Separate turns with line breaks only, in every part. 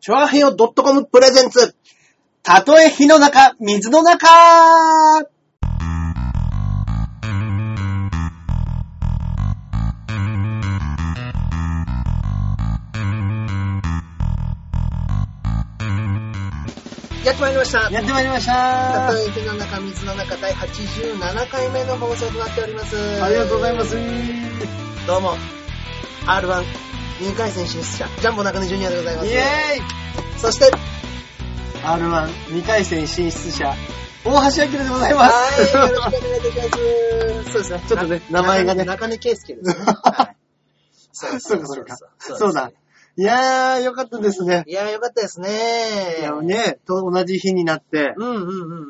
チョアヘヨ .com プレゼンツ。たとえ火の中、水の中
やってまいりました。
やってまいりまし
た
た
とえ火の中、水の中、第87回目の放送となっております。。
ありがとうございますす。
どうも、R1、2回戦進出者、ジャンボ中根ジュニアでございます。
イ
そして、
!R12 回戦進出者、大橋明でございま
はい、
す。
よろしくお願いいたしま す。そうですね。
ちょっとね
な
名前がね
中根圭介ですね。はいそうです
そうかそうか
そうです
そうだ。いやー、よかったですね。
いやー、よかったです
い
ね
や、。ね、と同じ日になって、
うんうんうんうん。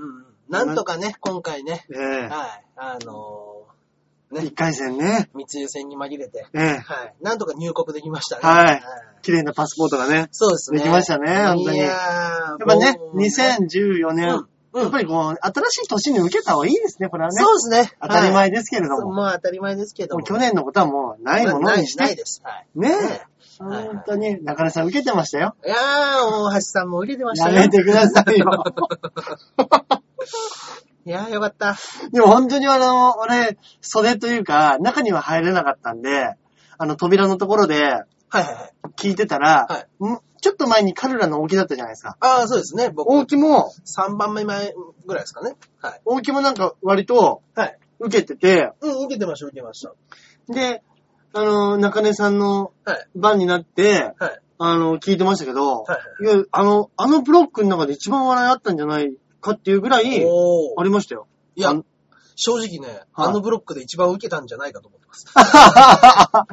なんとかね、今回ね、
え
はい、あの
え
ね
一回戦ね、
ー、密輸船に紛れて、
ええ
はい、なんとか入国できましたね。
はい綺麗なパスポートがね。
そうですね。
できましたね本当に
いや
やっぱね、
2000
2014年、
うんうん
やっぱりこう、新しい年に受けた方がいいですね、これはね。
そうですね。
当たり
はい
前ですけれど
そう
も。
まあ当たり前ですけど
も
も。
う去年のことはもうないものにし
ないない
て。
です。はい。
ね
ね
え。
はい
本当に、中根さん受けてましたよ。
いやー、大橋さんも売れてました
や
ね。
めてくださいよ。
いやー、よかった。
でも本当にあの、俺、袖というか、中には入れなかったんで、あの、扉のところで
はいはいはい。
聞いてたら、
は
んちょっと前にカルラの大木だったじゃないですか。
ああ、そうですね。僕、
大木も、
3番目前ぐらいですかね。はい。
大木もなんか割と
はい。
受けてて、
うん、受けてました、受けました。
で、あの、中根さんの
はい。
番になって、
はい。
あの、聞いてましたけど、、
はい
や、あの、あのブロックの中で一番笑いあったんじゃないかっていうぐらい、
お
あ
ー。
りました よ。
いや
あの
正直ね、あのブロックで一番受けたんじゃないかと思っ てます。
あ、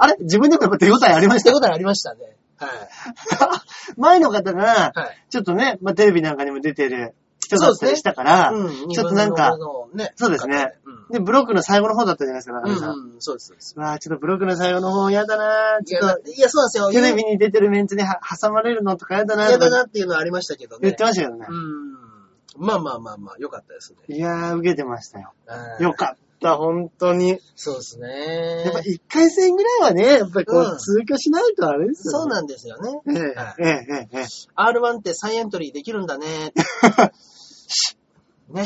あれ自分でもやっぱ手応えありまし
って
た
ことはありましたね。はい。
前の方が、
はい。
ちょっとね、まあ、テレビなんかにも出てる人だったりしたから、
うん
ちょっとなんか、
二分の五のね
そうですね
うん
で、ブロックの最後の方だったじゃないですか、中根さん。う
うん、そうです、そうです。
わあちょっとブロックの最後の方やだなー
い
ち
や、
ょ
だ
っ
っていやそうなんですよ。
と、テレビに出てるメンツには挟まれるのとかやだなー
嫌
と
だ
か
なっていうのはありましたけどね。
言ってましたけどね
う。ん。まあまあまあまあ、よかったです
い
ね。
やー、受けてましたよ。
はい
よかった、本当に。
そうですね。
やっぱ一回戦ぐらいはね、やっぱりこ
う、
うん通居しないとあれです
そう
よね。
なんですよね。
ええ
はい
ええ、ええ、ええ。
R1 って再エントリーできるん だね。ね。あ、お疲れ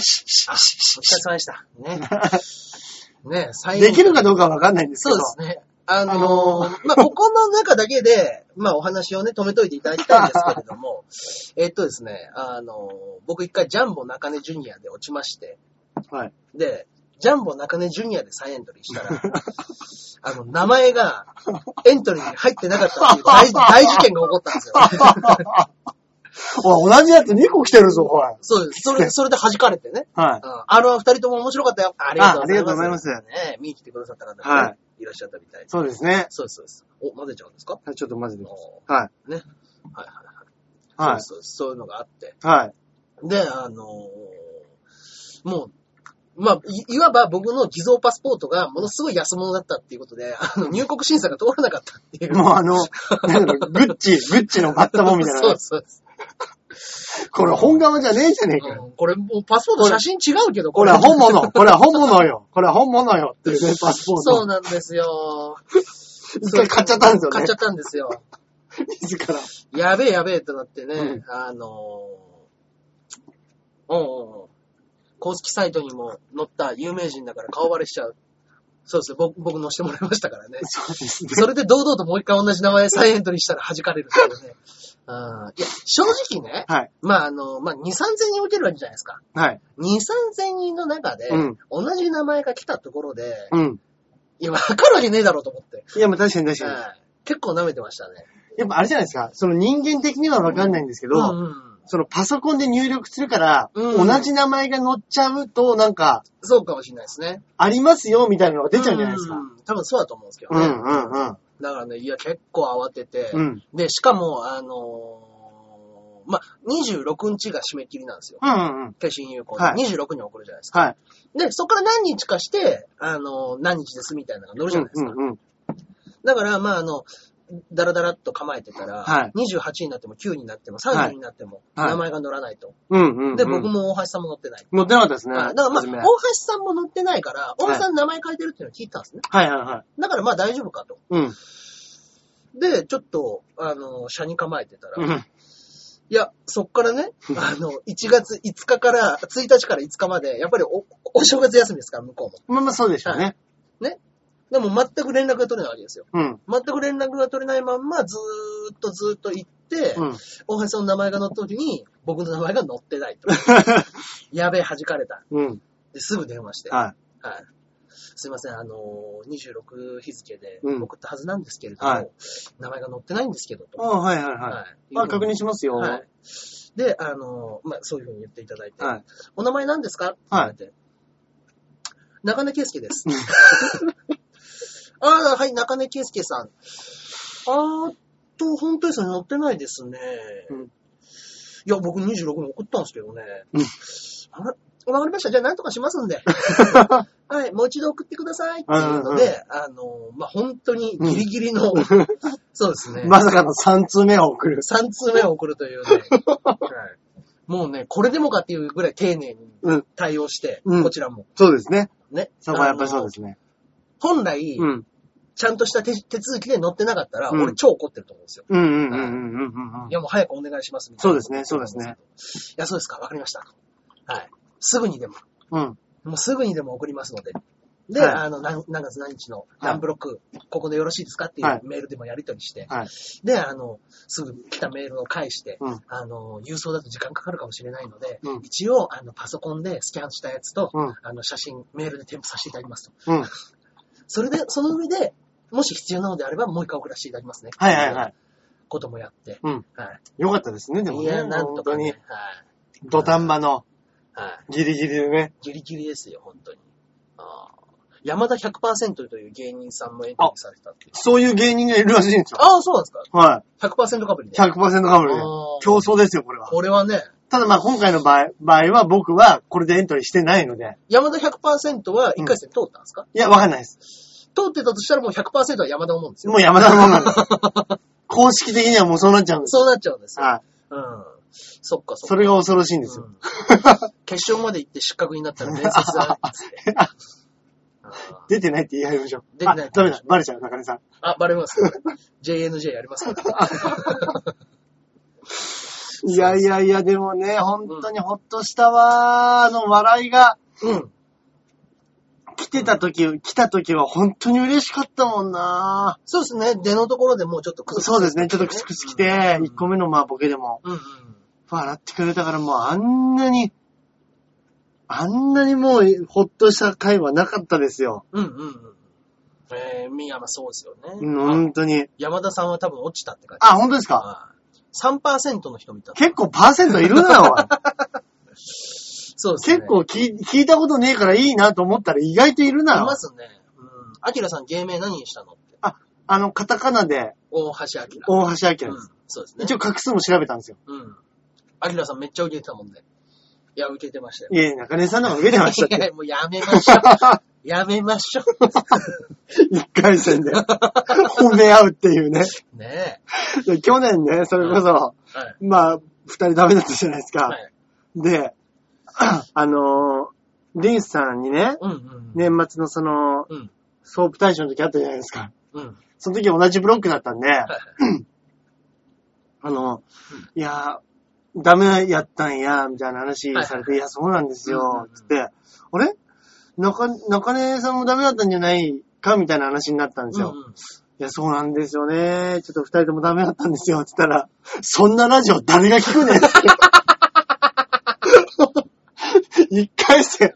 様でした。ね。 ね、再エントリー
できるかどうかはわかんないんですけ
そう
ど。
ですね。あのー
あの
まあ、ここの中だけで、まあ、お話をね、止めといていただきたいんですけれど も、えっとですね、あのー僕一回ジャンボ中根ジュニアで落ちまして、
はい。
で、ジャンボ中根ジュニアで再エントリーしたら、あの、名前がエントリーに入ってなかったっていう大大事件が起こった んですよ、
おい同じやつ2個来てるぞ、おい。
そうです。それ、それで弾かれてね。
はい。
あの、二人とも面白かったよ。ありがとうご
ああ
ざいます。
りがとうございます
ね、見に来てくださった方が、、
はい
いらっしゃったみたいです。
そうですね。
そうです、そうです。お、混ぜちゃうんですか
ちょっとマジで
あ。の
はい。
ね。はいはいはい。
はい。
そうそうそういうのがあって。
はい。
で、あのーもう、まあ、いいわば僕の偽造パスポートがものすごい安物だったっていうことで、あ の入国審査が通らなかったっていう。
もうあの、なんだろう、グッチ、グッチのバッタモンみたい
そう
な。
そう
これ本側じゃねえじゃねえかよ。
うんこれ、もうパスポート写真違うけど、
これは本物。これは本物よ。これは本物よ。っていうね、パスポー
そう
ト。
なんですよ。
一回買っちゃったんですよね
買っちゃったんですよ。
自ら。
やべえやべえってなってね、
うん
あのー、うんうんうん。公式サイトにも載った有名人だから顔バレしちゃう。そうですよ。僕、僕載せてもらいましたからね。
そうですね。
それで堂々ともう一回同じ名前で再エントリーしたら弾かれるっていうね。うんいや、正直ね、
はい。
まああの、まあ2、3 0 0 0人受けるわけじゃないですか。
はい。
2、3 0 0 0人の中で、
うん
同じ名前が来たところで、
うん。
いや、わかるわけねえだろうと思って。
いや、まあ確かに確かに。
はい結構舐めてましたね。
やっぱあれじゃないですか。その人間的にはわかんないんですけど、
んん
そのパソコンで入力するから、
うん
同じ名前が載っちゃうと、なんか、
そうかもしれないですね。
ありますよ、みたいなのが出ちゃうじゃないですか。
ん。多分そうだと思うんですけど
うん、
ね。
うん、うん。
だからね、いや、結構慌てて、
うん。
で、しかも、あのーまあ、26日が締め切りなんですよ。
うん、うん、うん。
決心有効で。
はい
26に送るじゃないですか。
はい。
で、そこから何日かして、あのー何日ですみたいなのが載るじゃないですか。
うん、うん。
だから、まあ、あの、だらだらっと構えてたら、
はい
28になっても9になっても30になっても、
はい
名前が載らないと。
うん、うんうん。
で、僕も大橋さんも載ってない。
乗ってなかったですね。
はいだからまあ、
初め
大
は
橋さんも載ってないから、大橋さん名前変えてるっていうのを聞いたんですね。
いはいはい。
だからまあ大丈夫かと。
うん。
で、ちょっと、あの、車に構えてたら、
うん。
いや、そっからね、あの、1月5日から、1日から5日まで、やっぱりお、お正月休みですから、向こうも。
まあまあそうでしょうね。
でも全く連絡が取れないわけですよ。
うん。
全く連絡が取れないまんま、ずーっとずーっと行って、
うん。
大橋さんの名前が載った時に、僕の名前が載ってない と。やべえ、弾かれた。
うん。
ですぐ電話して、
は
はい。すいません、あのー、26日付で
うん
送ったはずなんですけれども、
はい
名前が載ってないんですけど、
い。
と。
あはいはいは
はい
い。まあ確認しますよ。
は。
はい
で、あのー、まあ、そういうふうに言っていただいて、
い。
お名前何ですかって言われて。中根圭介です
うん。
ああ、はい、中根圭介さん。あーっと、本当にそれ載ってないですね。
うん
いや、僕26に送ったんですけどね。
うん
あらわかりました。じゃあ何とかします んで。はい、もう一度送ってくださいっていうので、あの、まあ、本当にギリギリの、 そうですね。
まさかの3通目を送る。
3通目を送るというね、はいもうね、これでもかっていうぐらい丁寧に
うん。
対応して、
うん
こちらも。
そうですね。
ね。。
そこはやっぱりそうですすね。
本来、
うん。
ちゃんとした手手続きで乗ってなかったら、
うん
俺超怒ってると思うんですよ。
うんうんうんうんうんうんうん
い。や、もう早くお願いしますみたいな。
そうですねそうですね。
いや、そうですか、わかりました。はい。すぐにでも、
うん。
もうすぐにでも送りますので。で、
はい
あの、何何月何日の
い
何ブロック、ここでよろしいですかってい
は
う
い
メールでもやり取りして、
はい。
で、あの、すぐ来たメールを返して、
うん
あの、郵送だと時間かかるかもしれないので、
うん
一応、あの、パソコンでスキャンしたやつと、
うん。
あの、写真、メールで添付させていただきますと。
うん。
それで、その上で、もし必要なのであれば、もう一回送らせていただきますね。
はいはいはい。
こともやって。
うん。
は
よかったですね、で
い。
も
い
ね。
や、なんと
本当
か、
に
ね。。
土壇場の
はい。はい。
ギリギリでね。
ギリギリですよ、本当に。あー山田100%という芸人さんもエントリーされたっていう。
そういう芸人がいるらしいんですよ。
ああ、そうなんですか
は
?100% かぶり
い。
で。
100%かぶりで
あー。
競争ですよ、これは。
これはね、
ただまあ今回の場合、場合は僕はこれでエントリーしてないので。
山田100%は1回戦通ったんですか、
いや、わかんないです。
通ってたとしたらもう100%は山田を思うんですよ。
もう山田のもんなん です。公式的にはもうそうなっちゃうんです。
そうなっちゃうんですよ。
はい。
うん。そっかそっか。
それが恐ろしいんですよ。
うん決勝まで行って失格になったら面接だねっつってあー
出てないって言い合いましょう。
出てない
あダメだ。バレちゃう、中根さん。
あ、バレますよ。JNJ やりますから。
いやいやいや、でもね、本当にほっとしたわー。あの、笑いが
うん。
来てた時、来た時は本当に嬉しかったもんな
そうですね。出のところでもうちょっとクスクス
そうですね、ちょっとクスクス来て、
うん
1個目のまあボケでも、
うんうん。
笑ってくれたからもうあんなに、あんなにもうほっとした回はなかったですよ。
うんうんうん。えー、宮山そうですよ
うん
ね。あ
本当に。
山田さんは多分落ちたって感じ。
あ、本当ですか
はい3%の人見た。
結構パーセントいる な、おい。
そうですね。
結構聞い聞いたことねえからいいなと思ったら意外といる
い
な
ま。すね。うん。アキラさん芸名何にしたのって。
あの、カタカナで
大橋アキラ。
大橋明で
うん
す。、
そうですね。
一応画数も調べたんですよ。
うん。アキラさんめっちゃ受けてたもんね。いや、受けてましたよ。
いや、中根さんの方が受けてましたっ
い
て。
やもうやめま しょう。やめましょ
一回戦 で。褒め合うっていうね。
う。ね
で 去年ね、それこそ、
え。はい。
まあ、二人ダメだったじゃないですか。
はい。
で、 あのー、リンスさんにね、
うんうん。
年末のその、
うん。
ソープ大賞の時あったじゃないですか。
うん。はい
その時同じブロックだったんで、
はい。
あの、いやー、ダメやったんや、みたいな話されて、いや、そうなんです
うんうん
よ
うん、
つって、あれ中、中根さんもダメだったんじゃないか、みたいな話になったんですよ。
うんうん
いや、そうなんですよね。ちょっと二人ともダメだったんですよ、つったら、そんなラジオ誰が聞くねんって。 一回戦、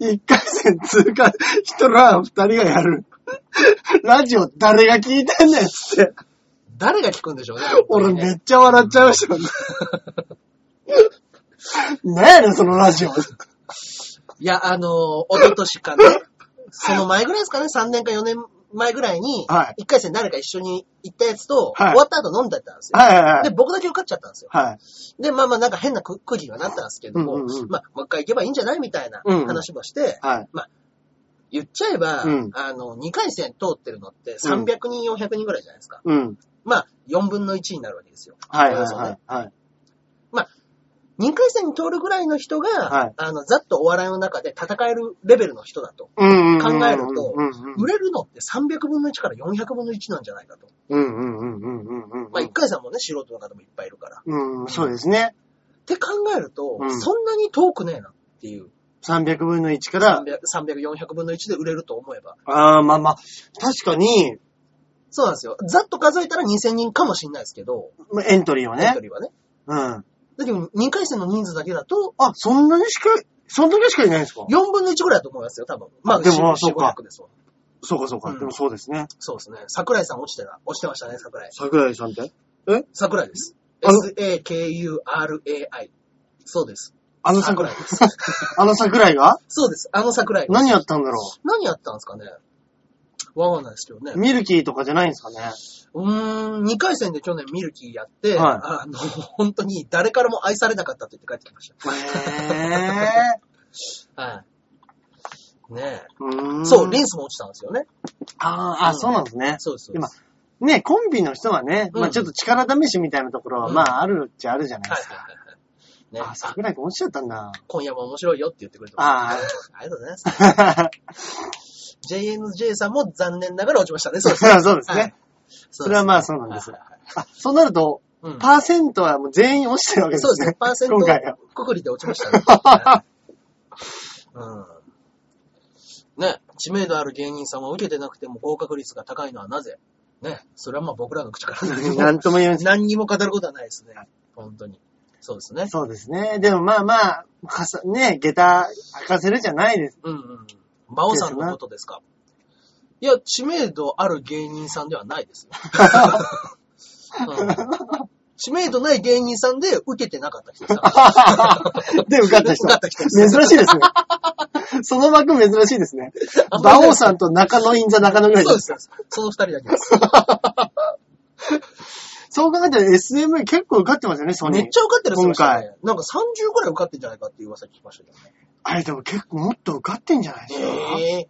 一回戦通過、人が二人がやる。ラジオ誰が聞いてんねんっつって。
誰が聞くんでしょうね。
俺め
ね
っちゃ笑っちゃいま したよね。何やねん、そのラジオ。
いや、あのー、おととしかね、その前ぐらいですかね、3年か4年前ぐらいに、
はい
1回戦誰か一緒に行ったやつと、
はい
終わった後飲んだったんですよ。
はいはいは
で、
い。
僕だけ受かっちゃったんですよ。
はい。
で、まあまあなんか変な空空気にはなったんですけども、
うんうんうん
まあ、もう一回行けばいいんじゃないみたいな
うんうん
話もして、
はい。
言っちゃえば、
うん
あの、2回戦通ってるのって300人、400人ぐらいじゃないですか。
うん。
まあ、4分の1になるわけですよ。
はい
およ
はい
そ
は
ね
い。はい。
2回戦に通るぐらいの人が、
はい
あの、ざっとお笑いの中で戦えるレベルの人だと。
うんうん。
考えると
うんうん
売れるのって300分の1から400分の1なんじゃないかと。
うんうんうんうんうんうんうん。
まあ、1回戦もね、素人の方もいっぱいいるから。
うん、そうですね。
って考えると、
うん
そんなに遠くねえなっていう。
300分の1から、
300、300 400分の1で売れると思えば。
ああ、まあまあ、確かに、
そうなんですよ。ざっと数えたら2000人かもしれないですけど、
まあエントリーを
エン
ね
ト。リーはね。
うん。
だけど、2回戦の人数だけだと、
あ、そんなにしか、そんだけしかいないんですか
4分の1ぐらいだと思いますよ、多分。まあ、
でもまあ
4
そうか
500ですわ。
そうかそうか。
うん
でもそうですね。
そうですね。桜井さん落ちてた、落ちてましたね、桜井。
桜井さんって
桜井です。
あの
S-A-K-U-R-A-I。そうです。
あの
桜
桜
井
井。
です。
あの桜井が
そうです。あの桜井です。
何やったんだろ
何やったんですかねわかんないですけどね
う。ミルキーとかじゃないんですかね。
うーん、2回戦で去年ミルキーやっ
は
て、
い
あの、本当に誰からも愛されなかったって言って帰ってきまし
へぇ
た。はい。ね
ー。うー
え。
ん
そう、リンスも落ちたんですよね。
あーあ、そうなんですね。
そうです。そうです
今ね、コンビの人はね、
うん
まあちょっと力試しみたいなところは、
うん
まああるっちゃあるじゃないで
はい
すか。
はいはいはい。ね
あ、桜井くん落ちちゃったんだ。
今夜も面白いよって言ってくれてま
あ
す。ありがとうございます。JNJ さんも残念ながら落ちましたね。そうですね。
あ、そうです
はい
ね。それはまあそうなんです
はいはいはい
あ、そうなると、
うん
パーセントはもう全員落ちてるわけで
そう
す
ですね
ね。。
パーセン
今回は
ト、くくりで落ちましたねはい。うん。ね、知名度ある芸人さんは受けてなくても合格率が高いのはなぜね、それはまあ僕らの口から何
な
も、
んとも言えません。
何にも語ることはないですね。本当に。そうですね。
そうですね。でもまあまあ、かさね、下駄開かせるじゃない です。
うんうん。馬王さんのことですかいや、知名度ある芸人さんではないですよ。うん知名度ない芸人さんで受けてなかった人さ。
で、受かった人。
受かった人
珍しいですね。 その枠珍しいですね。馬王さんと中野インザ中野ぐらい
そう
で。
ですす。その二人だけです。
そう考えたら SMA 結構受かってますよね、ソニ
め
ー
っ。ちゃ受かってるんですよ、
今回
ね。なんか30ぐらい受かってんじゃないかっていう噂聞きましたけどね。
あれでも結構もっと受かってんじゃないですか。
ね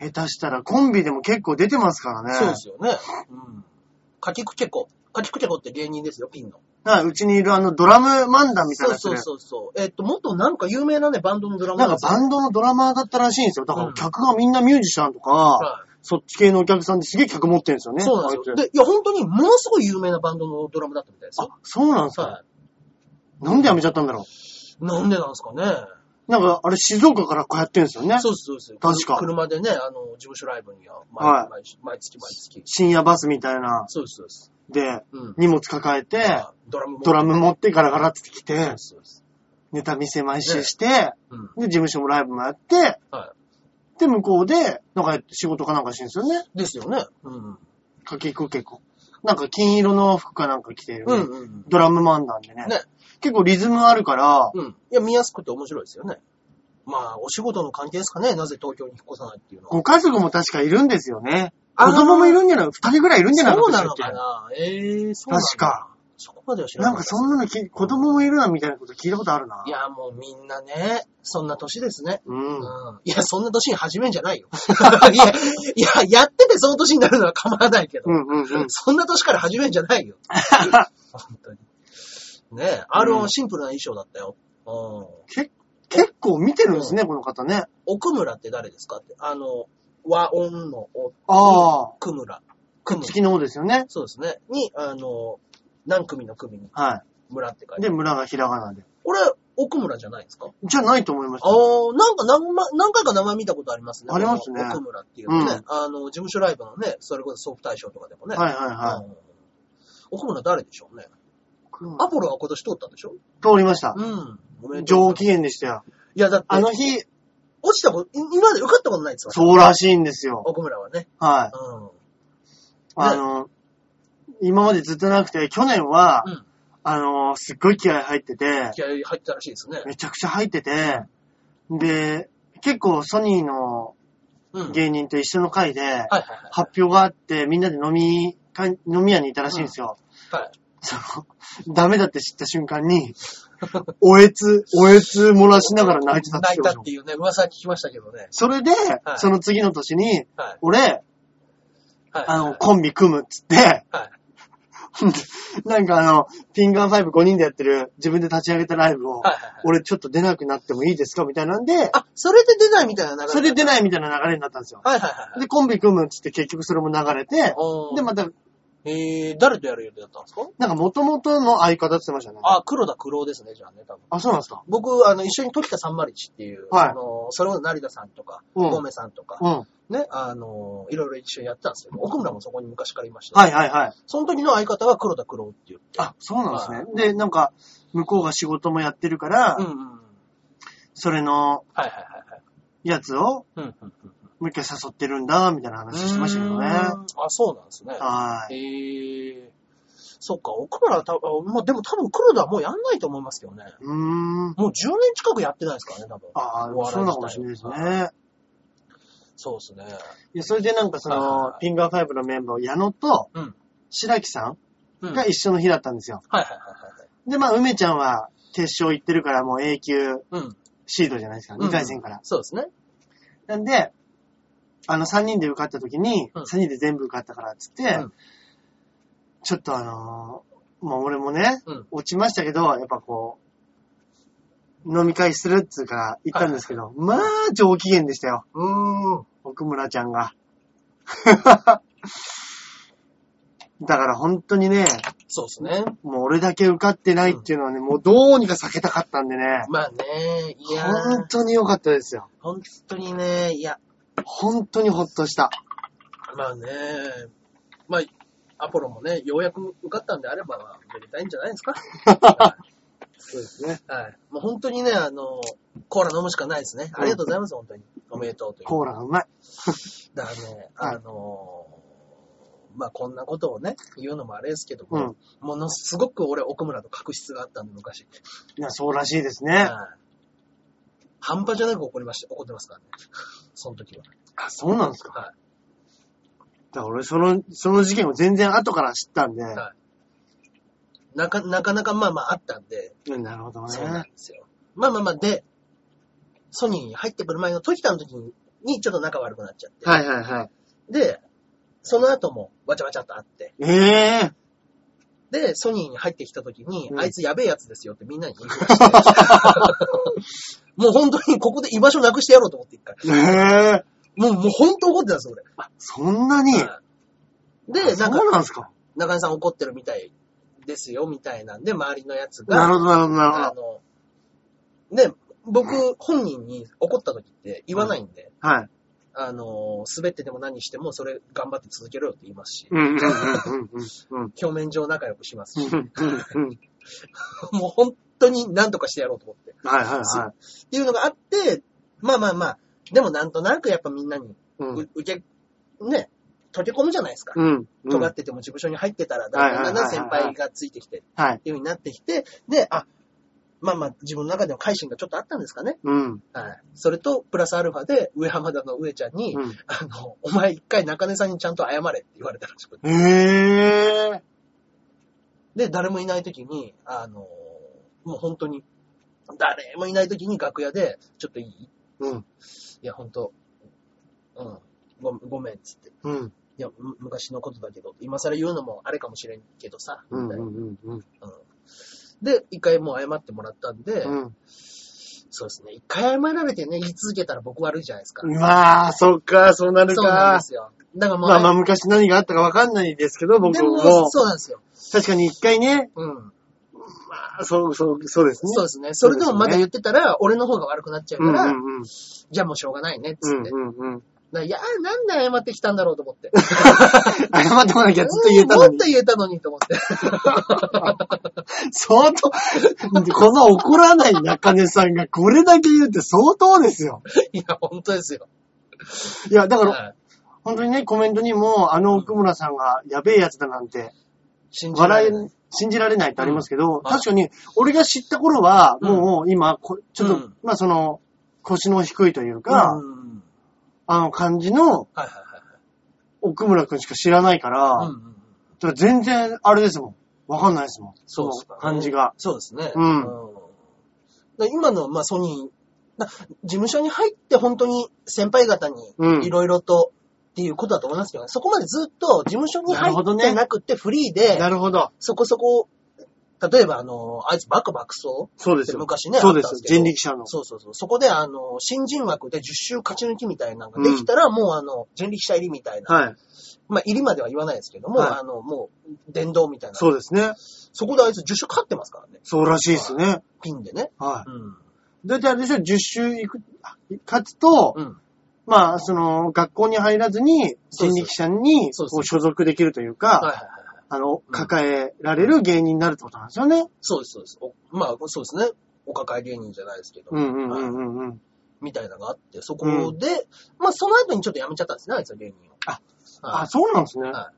え。
下手したらコンビでも結構出てますからね。
そうですよね。うん。かきくけこ。かきくけこって芸人ですよ、ピンの。
だからうちにいるあのドラム漫談みたいな
そう
やつで
そうそうそう。えっと、もっとなんか有名なね、バンドのドラマ
なんかバンドのドラマーだったらしいんですよ。だか
う
ら
ん
客がみんなミュージシャンとか、
は
そっち系のお客さんですげえ客持ってるんですよ
い。
ね。
そうなんですよ。
あいつ
で、いや、本当にものすごい有名なバンドのドラムだったみたいです
あ
よ。、
そうなんですか。
は
なんで辞めちゃったんだろ
い。なんでなんですかね。
う。なんか、あれ静岡からこうやってるんですよね。
そうです、そうです。
確か
車でね、あの、事務所ライブには、
はい
毎毎週毎月毎月。
深夜バスみたいな。
そうです、そうです。
で、
うん。
荷物抱えて、
ドラムも。
ドラム持ってガラガラって来
そう
て
で、す、そうです。
ネタ見せ毎週して、
うん。
で、事務所もライブもやって、
は
で、向こうで、なんか仕事かなんかしてるんですよね。
い。ですよね。うん。
かけくけこ。なんか金色の服かなんか着てる。
うんうん
ドラム漫談でね。
ね
結構リズムあるから、
うん。うん。いや、見やすくて面白いですよね。まあ、お仕事の関係ですかね。なぜ東京に引っ越さないっていうのは。
ご家族も確かいるんですよね。
あー
子供もいるんじゃない二人ぐらいいるんじゃない
そう
でし
な
た
の
っけ
かなええー、そうなんだ
確か。
そこまでは知ら
な
なん
か
かった
そんなのき子供もいるなみたいなこと聞いたことあるな。
いや、もうみんなね、そんな年ですね。
うん。
うんいや、そんな年に始めんじゃないよ。 いや、いや、やっててその年になるのは構わないけど。
うんうんうん。
そんな年から始めんじ ゃないよ。本当に。ねえ、あれ
う
は
ん
シンプルな衣装だったよ。うん。
け結構見てるんですね、この方ね。
奥村って誰ですかって。あの、和音の
ああ。
奥村。組む。
月の方ですよね。
そうですね。に、あの、何組の組に
は
村って書い
い。
て。
で、村がひらがなで。
これ、奥村じゃないですか
じゃないと思いまし
あ
た。
ーなんか何ま、何回か名前見たことありますね。
ありますね
この奥村っていうのね。
うん
あの、事務所ライブのね、それこそソフト大賞とかでもね。
はいはいは
うん奥村誰でしょうね。
い。
アポロは今年通ったんでしょ
通りました。
うん。おめでとう
上機嫌でしたよ。
いや、だって、
あの日、
落ちたこと、今まで受かったことないですよ。
そうらしいんですよ。
奥村はね。
はい。
うん。
あの、今までずっとなくて、去年は
う、ん。
あの、すっごい気合入ってて、
気合入ってたらしいですね。
めちゃくちゃ入ってて、で、結構ソニーの
うん。はい
芸人と一緒の会で、
はいはい。
発表があって、みんなで飲み会、飲み屋にいたらしいんですよ。
はい。
その、ダメだって知った瞬間に、おえつ、おえつ漏らしながら泣いてたって
泣い
言
たっていうね、噂は聞きましたけどね。
それで、
い
その次の年に、
はい。
俺、
はい。
あの、
はい
コンビ組むっつって、
はい。
なんかあの、ピンガン5人でやってる自分で立ち上げたライブを
はいはいはい、
俺ちょっと出なくなってもいいですかみたいなんで、
あ、それで出ないみたいな流れ。
それで出
い。
ないみたいな流れになったんですよ。
はいはいはいはい。
で、コンビ組むっつって結局それも流れて、
おー
で、また、
えー、誰とやる予定だったんですか
なんか元々の相方って言ってましたね。
あ、黒田黒ですね、じゃあね、多分。
あ、そうなんですか
僕、あの、一緒に時田301っていう、
はい
あの、それこそ成田さんとか、
うん
ゴメさんとか、
うん。は
ね、あの、いろいろ一緒にやってたんですよ。奥村もそこに昔からいまし
い
た、
はいはい。
その時の相方が黒田黒って言って。
あ、そうなんですね。で、なんか、向こうが仕事もやってるから、
うんうんうん。
それの
はいはいはいはい。
やつを
うんうんうんうん。
もう一回誘ってるんだ、みたいな話してましたけどね。
あ、そうなんですね。
はい。
へえー。そっか、奥村は多分、まあでも多分黒田はもうやんないと思いますけどね。
うーん。
もう10年近くやってないですからね、多分。
ああ、
お笑
そうなのかも
自
し
体
れ
は
ないです。ね。
そうですね。
いやそれでなんかそ
はいはい
の
は、い
ピンガー5のメンバー、矢野と
うん、
白木さ
うんん。
が
はい
一緒の日だったんですよ。
はいはいはい
で、まあ、梅ちゃんは決勝行ってるからもう永久
はい。うん。
シードじゃないですか、
うん
2回戦から。
そうですね。
なんで、あの、3人で受かった時に、
うん
3人で全部受かったからっつって、
うん
ちょっとあのーまあ、俺もね、
うん
落ちましたけど、やっぱこう、飲み会するっつうから行ったんですけど、まあ、上機嫌でしたよ。
うーん。
奥村ちゃんが。 だから本当にね、
そうですね。
もう俺だけ受かってないっていうのはね、もうどうにか避けたかったんでね、
まあね、いやー
本当に良かったですよ。
本当にね、いや、
本当にほっとした。
まあね、まあ、アポロもね、ようやく受かったんであれば、まあめでたいんじゃない ですか。
そうですね。
はい。もう本当にね、あの、コーラ飲むしかないですね。ありがとうございます、本当に。おめでとうという。
コーラがうまい。
だからね、
はい
あのーまあ、こんなことをね、言うのもあれですけども、ものすごく俺、奥村と確執があったんで、昔。
いや、そうらしいです
は
ね
い。半端じゃなく怒りました、怒ってますからね。その時は。
あ、そうなんですか。
は
だから俺、その、その事件を全然後から知ったんで。
ははい。なか、なかなかまあまああったんで、
うんなるほど
そうなん
ね。
ですよ。まあまあまあ、で、ソニーに入ってくる前の時田の時に、にちょっと仲悪くなっちゃって。
はいはいはい。
で、その後も、わちゃわちゃっと会って。
ええ
で、ソニーに入ってきた時に、
うん
あいつやべえやつですよってみんなに言いま して。もう本当にここで居場所なくしてやろうと思って一回。
ええ
もう、もう本当怒ってたんですよ、俺。
そんなに、
はいで、
そ
なんか、
うなんですか。
中根さん怒ってるみたいですよ、みたいなんで、周りのやつ
な
が、
るほどなるほどなる
あ
ほど。
の、で、僕本人に怒った時って言わないんで、
はい。
あの、滑ってても何してもそれ頑張って続けろよって言いますし、
うんうんうんうんうん。
表面上仲良くします
う
し、
んうんうん
もう本当に何とかしてやろうと思って。
はいはい
そ
はい。
っていうのがあって、まあまあまあ、でもなんとなくやっぱみんなに、
う。
うん受け、ね、溶け込むじゃないですか。
うん。う
尖
ん
っ。てても事務所に入ってたら、
は
だ
い
ん
は
だ
い
ん
はい
だん
はい
だん先輩がついてきて、っ
はい。
ていう風になってきて、で、あ、まあまあ、自分の中での改心がちょっとあったんですかね。
うん。
はい。それと、プラスアルファで、上浜田の上ちゃんに、
うん
あの、お前一回中根さんにちゃんと謝れって言われたらしくて。
ええ
で、誰もいない時に、あの、もう本当に、誰もいない時に楽屋で、ちょっといい
うん。
いや、ほんと、うん、ごごめん、つって。
うん。
いや、む昔のことだけど、今更言うのもあれかもしれんけどさ、
うん。
み
う
たいな。
ん。うん。
で、一回もう謝ってもらったんで、
うん。
そうですね、一回謝られてね、言い続けたら僕悪いじゃないですか。
まあ、そっか、そうなる
そうなん
か
で。すよ。だからもう、
まあまあ、昔何があったかわかんないですけど、僕
でも、
も。
そうなんですよ。
確かに一回ね、
うん。
まあ、そう、そう、そうですね。
そうですね。それでもまだ言ってたら、俺の方が悪くなっちゃう
うん
か
うん
ら、
うん。
じゃあもうしょうがないね、
う
つって。
んうんうん。
だからいやー、なんで謝ってきたんだろうと思って。
謝ってこなきゃずっと言えたの
もっ
に。
と言えたのにと思って。
相当、この怒らない中根さんがこれだけ言うって相当ですよ。
いや、本当ですよ。
いや、だから、
はい
本当にね、コメントにも、あの奥村さんがやべえやつだなんて、
信じら
笑え
れない。、
信じられないってありますけど、
んはい
確かに、俺が知った頃は、
うん
もう今、こちょっ
う
と
ん、
まあその、腰の低いというか、
うん
あの感じの
はいはいはいはい。
奥村くんしか知らないから、
うんうんうん
だから全然、あれですもん。わかんないですもん。
そう
の
ですかね
感じが。
そうですね。
うん
だから今の、まあ、ソニー、だ事務所に入って本当に先輩方に
うん
いろいろとっていうことだと思いますけどね。そこまでずっと事務所に
な
入
るほど
っ
ね
てなくってフリーで、
なるほど。
そこそこ、例えばあの、あいつバカ爆走
そうで
っ
す
て
よ。
昔ね、
そうで
あったん
す。
すけど
人力車の。
そうそうそう。そこであの、新人枠で10周勝ち抜きみたいなのができたら、もうあの、人力車入りみたいな。
はい。
まあ、入りまでは言わないですけども、
はい
あの、もう、電動みたいな。
そうですね。
そこであいつ10周勝ってますからね。
そうらしいですね。
ピンでね。
は
うん。
い。だいたいあれでしょ、10周いく、あ勝つと、
うん。
まあ、その、学校に入らずに、
そうそう
人力車に
そう
こ
そう
う所属できるという
はいはい
か、
はいはい。
あの、抱えられる芸人になるってことなんですよね。
そうです、そうです。おまあ、そうですね。お抱え芸人じゃないですけど、
うんうんうん
はい
うんうん。
みたいなのがあって、そこで、まあ、その後にちょっと辞めちゃったんですね、あいつは芸人を。
あ
は
あ、
い、
そうなんですね。
はい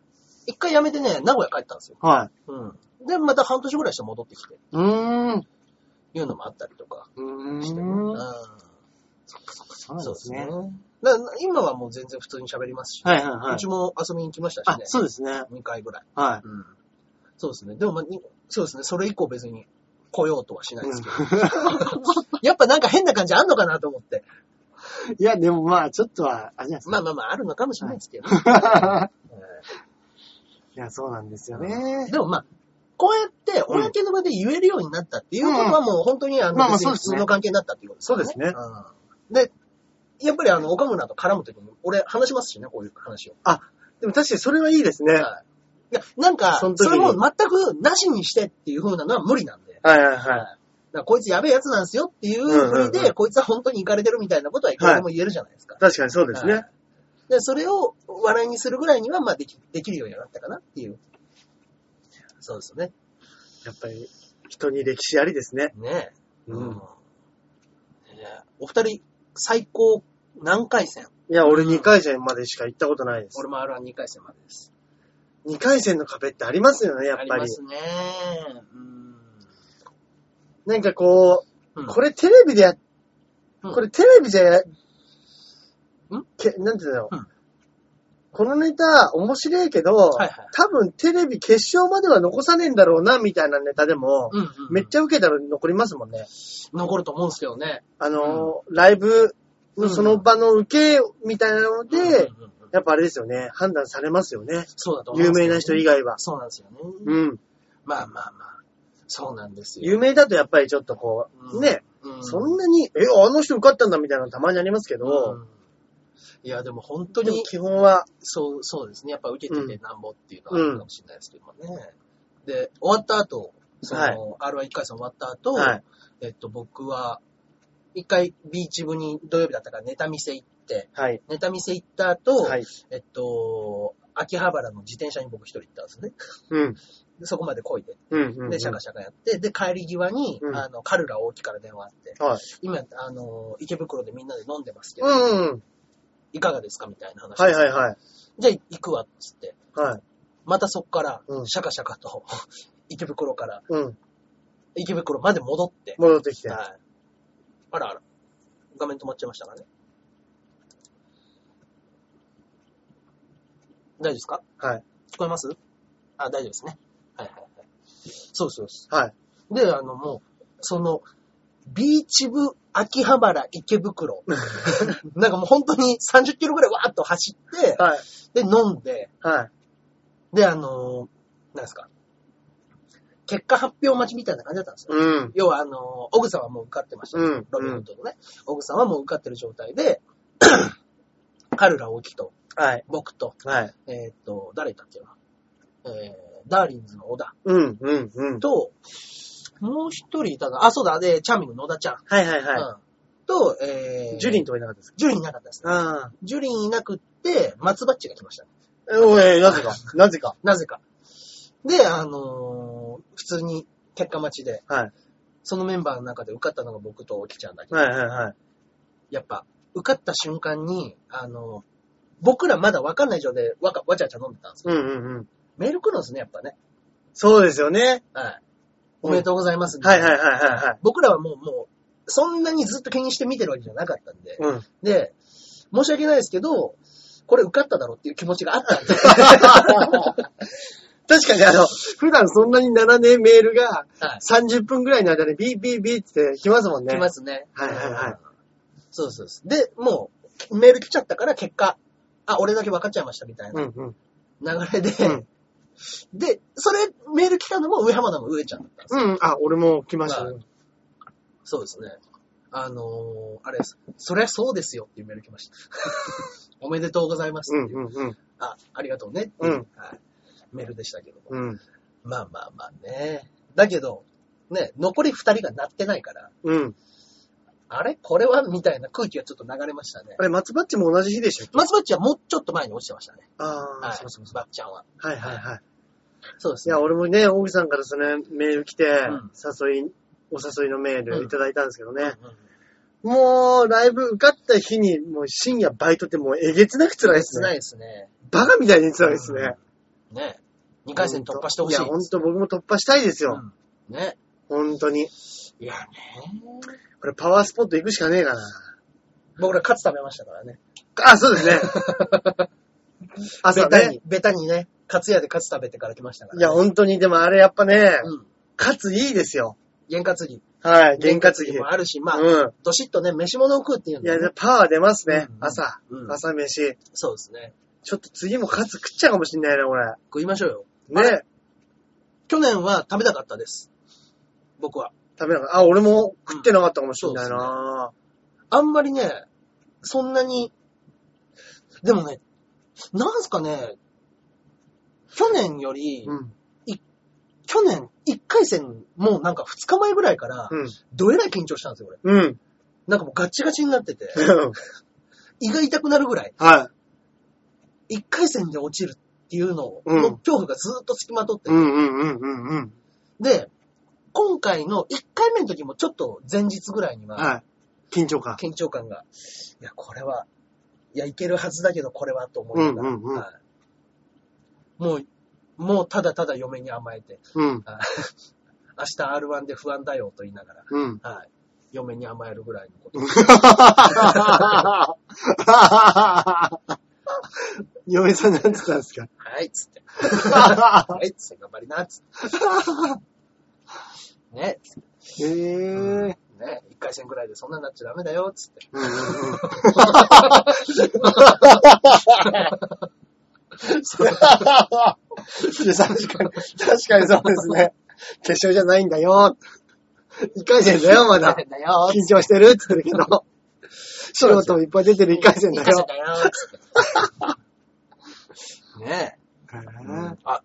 一回辞めてね、名古屋帰ったんですよ。
はい。
うん。で、また半年ぐらいして戻ってきて、
うーん。
いうのもあったりとか
う
して、
ーん。そうなん
そ
で
うですすね。
ね
だ。から今はもう全然普通に喋りますし、
はいはいは
う
い
ち。も遊びに行きました
あ
し、ね、
そうですね。
2回ぐらい。
は
うん。そうですね。でも、まあ、にそうですね。それ以降別に来ようとはしない
い。
ですけど、 やっぱなんか変な感じあんのかなと思って。
いや、でもまあ、ちょっとは、あれじゃないですか。
まあまあまあ、あるのかもしれないですけど。
いや、そうなんですよ
え
ね
ー。でもまあ、こうやって、公の場で言えるようになったっていうことはもう本当にあの、
まあまあ
別に
そう
普
です
通
ね
の関係になったっていうことです
そうですね
うんで、やっぱりあの、岡村と絡むときに、俺話しますしね、こういう話を。
でも確かにそれはいいですね。はい
いや、なんか、
そ
そ
の時に
れも全くなしにしてっていう風なのは無理なんで。だか
はいは
らこいつやべえやつなんですよっていう
うんうんう
風
ん
で、こいつは本当にイカれてるみたいなことはいくらでも言えるじゃないですか
い。。確かにそうです
は
ね
い。で、それを笑いにするぐらいには、まあ、でき、できるようになったかなっていう。そうですよね。
やっぱり、人に歴史ありですね。
ねえ。
うん
ねえお二人、最高何回戦
いや、俺2回戦までしか行ったことないです
俺。も R12 回戦までです。
2回戦の壁ってありますよね、やっ
あり
ぱり
ま。すね。うん。
なんかこ
う
う、
ん
これテレビでや、
うん
これテレビじゃ、
ん
けなんていうんだろう
うん。
このネタ面白いけど、
いはい
多分テレビ決勝までは残さねえんだろうな、みたいなネタでも、
うん、うん。
めっち
ゃ
ゃ受けたら残りますもんね。
残ると思うんですけどね。
あのー、ライブのその場の受けみたいなので、
うんうんうん
やっぱあれですよね、判断されますよね。
そうだと思う
有
んですけ
名
どね
な人以外は。
そうなんですよね。
うん。
まあまあまあ。そうなんですよ。
有名だとやっぱりちょっとこう、
うん
ね、
う
そんなに、え、あの人受かったんだみたいなのたまにありますけど、
うんいや、でも本当
でも
に、
基本は、
そう、そうですね。やっぱ受けててなんぼっていうのはあ
うん
るかもしれないですけどもね。で、終わった後、その、
は
R11 回戦終わった後、
はい
えっと、僕は、一回ビーチ部に土曜日だったからネタ見せ行って、
はい。
ネタ見せ行った後、
はい。
えっと、秋葉原の自転車に僕一人行ったんですね。
うん。
でそこまで来いで。
うんうん、うん。
で、シャカシャカやって、で、帰り際に、
うん
あの、カルラ大木から電話あって、
はい。
今、あの、池袋でみんなで飲んでますけど、
うんうんうん。
いかがですかみたいな話。
はいはいはい。
じゃあ行くわ、っつって。
はい。
またそこから
う、ん
シャカシャカと、 池袋から、
うん。
池袋まで戻って、
戻ってきて。
はい。あらあら、画面止まっちゃいましたからね。大丈夫ですか
はい。
聞こえますあ、大丈夫ですね。はいはいはい。そうそうそ
はい。
う。で、あの、もう、その、ビーチ部、秋葉原、池袋。 なんかもう本当に30キロぐらいわーっと走って、
はい。
で、飲んで、
はい。
で、あのー、なんですか。結果発表待ちみたいな感じだったんですよ。
うん。
要は、あのー、オグさんはもう受かってました、ね
うん
ロビンフッドのね。オグさんはもう受かってる状態で、 カルラ大木と、
はい。
僕と、
はい。
えーっと、誰だっけな。えー、ダーリンズの小田
うん。うん。うん。
と、もう一人いたな。あ、そうだ、で、チャーミングの野田ちゃん。
はいはいは
うん。と、え
い。
ー、
ジュリン。とかいなかったですか
ジュリンいなかったですね。
あ
ジュリンいなくって、松バッチが来ましたね。
あ。おい、なぜか。 なぜか。
なぜか。で、あのー普通に結果待ちで、
はい。
そのメンバーの中で受かったのが僕とおきちゃんだけど、
はいはいはい。
やっぱ、受かった瞬間に、あのー僕らまだわかんない状態でわか、わちゃわちゃ飲んでたんですけ
うん
ど、
うんうん。
メール来るんですね、やっぱね。
そうですよね。
はい。おめでとうございます、
はいはいはいはいはい。
僕らはもう、もう、そんなにずっと気にして見てるわけじゃなかったんで、
うん。
で、申し訳ないですけど、これ受かっただろうっていう気持ちがあっ たんで、
確かにあの、 普段そんなにならねえメールが
はい。
30分ぐらいの間にビービービーって来ますもんね。
来ますね。
はいはいはい
うん。そうそうそう。で、もう、メール来ちゃったから結果あ、俺だけ分かっちゃいましたみたいな
うんうん。
流れで、
うん
で、それメール来たのも上浜田の上ちゃんだったんですよ。
うん、あ、俺も来ましたね。
そうですね。あのーあれです。そりゃそうですよっていうメール来 ました。おめでとうございます
う
っ
ん
ていう。
うんうん。
あ、ありがとうねっていう、
うん
はい、メールでしたけども。
うん
まあまあまあね。だけど、ね、残り二人が鳴ってないから、
うん。
あれこれはみたいな空気がちょっと流れましたね
あ。れ、松バッチも同じ日でしたっけ
松バッチはもうちょっと前に落ちてましたね。
ああ、
はい、
そうそう
バッチャンは。
はいはいはい。
そうです
い
ね
や、。俺もね、大木さんからそのメール来て、
ん
誘い、お誘いのメールいただいたんですけどね。
うんうん
もう、ライブ受かった日に、もう深夜バイトってもうえげつなく辛いです
辛い
ね。
ですね。
バカみたいに辛いですね。
うん。ね。2回戦突破してほしい。
いや、ほんと僕も突破したいですよ。
うんね。
ほんとに。
いやね。
これパワースポット行くしかねえかな。
僕らカツ食べましたからね。
あ、そう ですね。 朝
ベタ
ね
に。、ベタにね、カツ屋でカツ食べてから来ましたか
い
ら、ね。
や、ほんとに、でもあれやっぱね、
うん。
カツいいですよ。
原価継ぎ。
はい、原価継ぎ。
もあるし、まあ、
うん。
どしっとね、飯物を食うっていう
い
の
や
も、ね、
パワー出ますね
う、ん
朝
う。ん
朝飯。
そうですね。
ちょっと次もカツ食っちゃうかもしんないな、これ。
食いましょうよ。あ
ね
れ。去年は食べなかったです。僕は。
食べなかった。あ、俺も食ってなかったかもしんない
うん
な。
あんまりね、そんなに、でもね、なんすかね、去年より、
うん。
去年、1回戦、もうなんか2日前ぐらいから、
うん。
どえらい緊張したんですよ、俺。
うん。
なんかもうガチガチになってて、胃が痛くなるぐらい、
はい。
1回戦で落ちるっていうの
うん
の恐怖がずっとつきまとって
う、んうんうんうんうん。
で、今回の1回目の時もちょっと前日ぐらいには、
はい。緊張感。
緊張感が、いや、これは、いや、いけるはずだけど、これはと思いながら、
うんうんうん
はいもう、もうただただ嫁に甘えて、
うん。
はい明日 R1 で不安だよと言いなが
うん。
ら、はい、嫁に甘えるぐらいのこと。
嫁さんなんつったんですか
はい、つって。はい、つって、頑張り な、つって。ね、
へぇー。
ね、一回戦ぐらいでそんなになっちゃダメだよ、つって。
うんうん うん
そう
いや確かに、確かにそうですね。決勝じゃないんだよ。一回戦だ よ、まだ
大。変だよ、
緊張してるって言ってるけど。素人もいっぱい出てる一回戦
一
だ
回戦
よ。
だよ、つって。ね
うん
あ、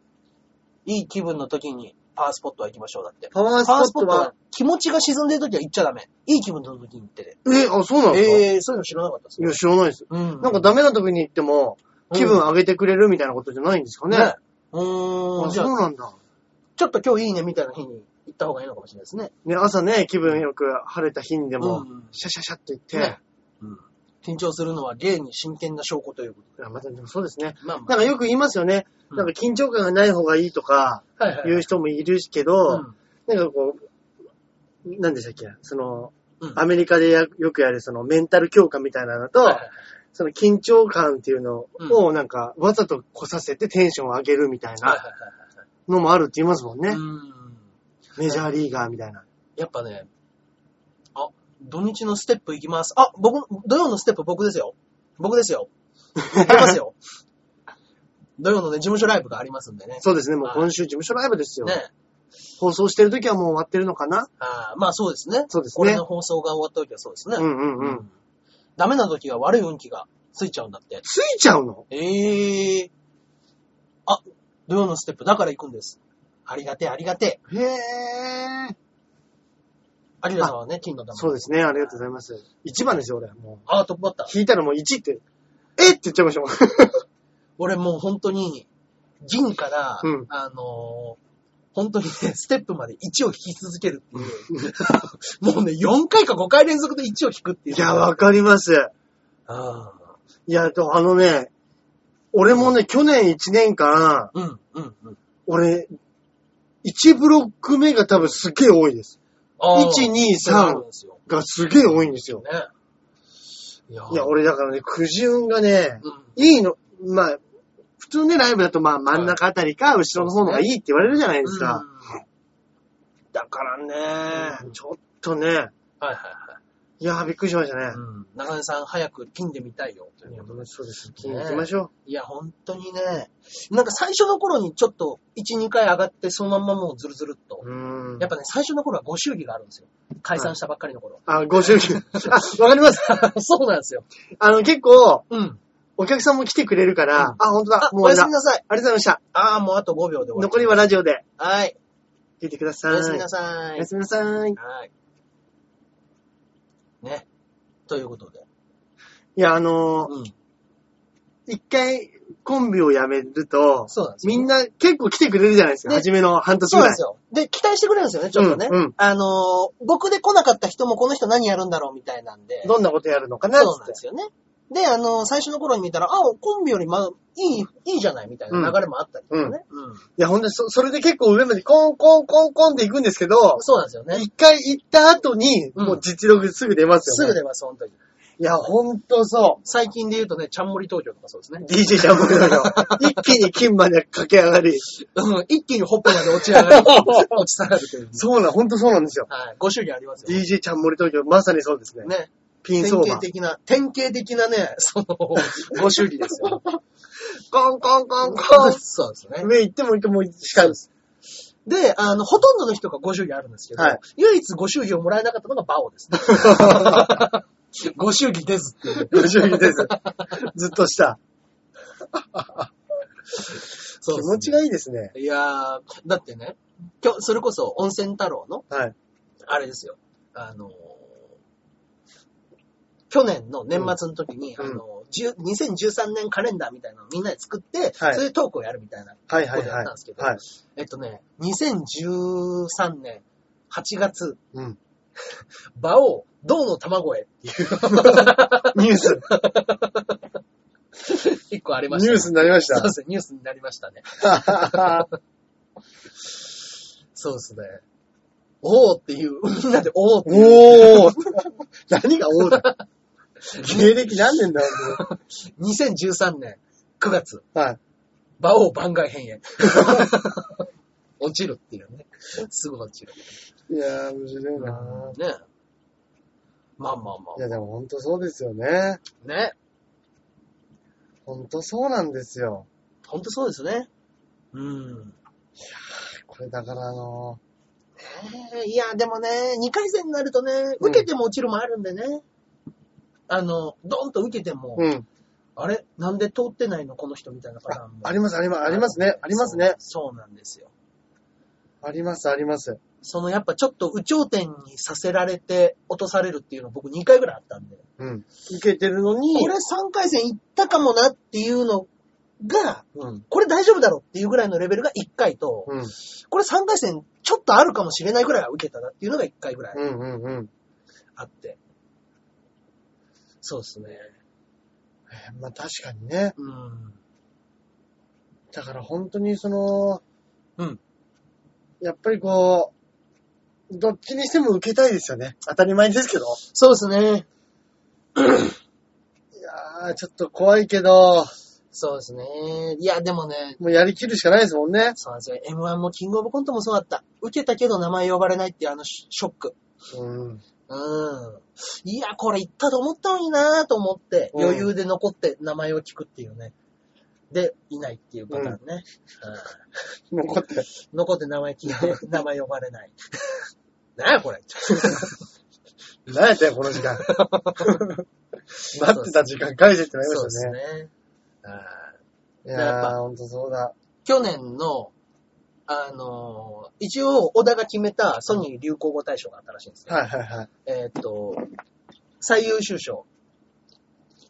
いい気分の時にパワースポットは行きましょう、だって。
パワース
パワース
ポッ
ポッ
ト
ト
は
は、気持ちが沈んでる時は行っちゃダメ。いい気分の時に行ってて。
え、あ、そうなんですか
ええー、そういうの知らなかったです
いや、知らないです。
うん
なんかダメな時に行っても、気分上げてくれるみたいなことじゃないんですかね。
ね
あ。
うーん。じ
そ
ゃ
う
あ、
なんだ。
ちょっと今日いいねみたいな日に行った方がいいのかもしれないですね。
ね、朝ね、気分よく晴れた日にでも
うん、
シャシャシャって行って、
ね。うん。緊張するのは芸に真剣な証拠というこ
いやまたでもそうですね。
とで。まあま
なんかよく言いますよね。
うん
なんか緊張感がない方がいいとか、
あ。はいはい
言
は
う
い。
人もいるけど、なんかこう、なんでしたっけその、
うん
アメリカでやよくやるそのメンタル強化みたいなのと、
はいはいはい
その緊張感っていうのをなんかわざと来させてテンションを上げるみたい
はい
な
はい
のもあるって言いますもんね。
はいはい。うん。
メジャーリーガーみたいな。
やっぱね、あ、土日のステップ行きます。あ、僕、土曜のステップ僕ですよ。僕ですよ。行きます よ。土曜のね、事務所ライブがありますんでね。
そうですね、もう
はい
今週事務所ライブですよ。
ね。
放送してる時はもう終わってるのかな
あーまあそうですね。
そうですね
これの放送が終わった時はそうですね。
うんうんうん。
ダメな時は悪い運気がついちゃうんだって。
ついちゃうの
ええー。あ、土曜のステップだから行くんです。ありがてえ、ありがてえ。
へー。
有田さんはね、金の玉。。
そうですすね、ありがとうございます。1番ですよ、俺。も
あー、トップバッター
う。。引いたらもう1って、えっって言っ ちゃいましょう。
俺もう本当に、銀から、
うん
あのー本当にね、ステップまで1を引き続けるっていう。 もうね、4回か5回連続で1を引くっていう。
いや、わかります。
あ
いや、とあのね、俺もね、去年1年間、
ーうん、うん、うん。
俺、1ブロック目が多分すげえ多いです。
あー
1 2 3
そうなんですよ。
がすげえ多いんですよ。
ね。いやー
いや、、俺だからね、苦順がね、
うん。
いいの、まあ、普通ね、ライブだとまあ真ん中あたりか、後ろの方のがいいって言われるじゃないですか。
うん
だからね
うん
ちょっとね、
はいはいはい。
いやー、びっくりしました
う
ね。
ん。中根さん、早く金で見たいよ。と
い
いう
や
ことで
そうです。金行きましょ
いや、本当にね、なんか最初の頃にちょっと1、2回上がって、そのまんまもうズルズルっと
う。。うーん
やっ。ぱね、最初の頃はご祝儀があるんですよ。解散したばっかりの頃。
あ、ご祝 儀。あ、わかります。
そうなんですよ。
あの、結構、
うん。
お客さんも来てくれるから、
うん
あ、本当だ
あ、、
もう
お
あれ
や
だ。
す
あ
み
り
なさい。
がとうございました。
ああ、もうあと5秒で終わり。
残りはラジオで
はい。
聞いてくださ
お
い。
やすみな
お
さい
や。すみなさい。
はい。ね。ということで。
いや、あのー
うん。
一回コンビを辞めると、
そうなんですよ
みんな結構来てくれるじゃないですか。
ね
初めの半年
そう
ぐ
な
ら
んで
い
す。よ。で、期待してくれるんですよね、ちょっとね。
うんうん
あのー僕で来なかった人もこの人何やるんだろうみたいなんで。
どんなことやるのかなっ
そう
つ
なん
っ
で
て。
すよね。で、あのー最初の頃に見たら、あ、コンビよりまあ、いい、いいじゃないみたいな流れもあったりとかね。うん。
いや、ほんとそ、それで結構上までコンコンコンコンって行くんですけど、
そうなんですよね。
一回行った後に、
うん
もう実力すぐ出ます
す
よ
ぐ
ね。
出ます、本当に。
いや、ほんとそ
最近で言うとね、ちゃんもり東京とかそうです
う。
ね。
DJ ジャンボだ よ。一気に金まで駆け上がり。
うん。一気にほっぺまで落ち上がる。落ち下がるという。
そうなん、ほんとそうなんですよ。
はい。ご祝儀ありますよ。
DJ ちゃん森東京、まさにそうですね。
ね。
ピン
典
相
型
場。
的な、典型的なね、その、ご祝儀ですよ。
コンコンコンコ
そうです ね
ン。。上行ってもう一回もう一回。
で、あの、ほとんどの人がご祝儀あるんですけど、
はい
唯一ご祝儀をもらえなかったのがバオ です、ね。ご祝儀ですっていう。
ご祝儀 です。ずっとした。
そ
気
うですね
持ちがいいですね。
いやー、だってね、今日、それこそ温泉太郎の、
はい。
あれですよ、あのー去年の年末の時に、
うん
あのー、10 2013年カレンダーみたいなのをみんなで作って、
はい
それでトークをやるみたいな
はいはい
ここでや
は
っ
い
たんですけ。ど
はい。
えっとね、2013年8月、
うん
馬王、銅の卵へ、
ニュース、
一個ありまし
ニ
た、
ュースにな りまし
そうで
た。
すね、ニュースになりましたね。そうですね。おーっていう、みんなでおーっていう、
おー 何がおーだ芸歴何年だよ
2013年9月、
はい。
馬王番外編 へ。落ちるっていうね。すぐ落ちる。
いやー、面白いな
ねまあまあま
いや、でもほんとそうですよね。
あ。ね。
ほんとそうなんですよ。
ほんとそうですね。うん。
これだからあの
えーいや、でもね、2回戦になるとね、受けても落ちるもあるんでね。あの、ドンと受けても、
ー、うん。
あれなんで通ってないのこの人みたいなパターンも。
あります、あります、ありますね。ありますね。
そう。そうなんですよ。
あります、あります。
そのやっぱちょっと有頂天にさせられて落とされるっていうの僕2回ぐらいあったんで。
うん。受けてるのに
こ、れ3回戦いったかもなっていうのが、
うん。
これ大丈夫だろうっていうぐらいのレベルが1回と、
うん。
これ3回戦ちょっとあるかもしれないぐらいは受けたなっていうのが1回ぐらい
うんうんうん。
あって。そうですね。
えーまあ確かにね。
うん。
だから本当にその、
うん。
やっぱりこう、どっちにしても受けたいですよね。当たり前ですけど。
そうですね。
いやー、ちょっと怖いけど、
そうですね。いや、でもね、
もうやりきるしかないですもんね。
そうなんですよ。M1 もキングオブコントもそうだった。受けたけど名前呼ばれないっていうあのシショック。
うん。
うん。いや、これ言ったと思ったのになぁと思って、
うん
余裕で残って名前を聞くっていうね。で、いないっていうパターンね。うん
もうこうやって。
残って名前聞 いて、名前呼ばれない。 なやこれ。
何やったよ、この時 間。待ってた時間返せってなりま
そうで
し
す
たね。
ね。うん
い
やっぱ
やー、ほんとそうだ。
去年の、あのー一応、小田が決めたソニー流行語大賞があったらしいんですけど、
はいはいはい。
えーっと、最優秀賞、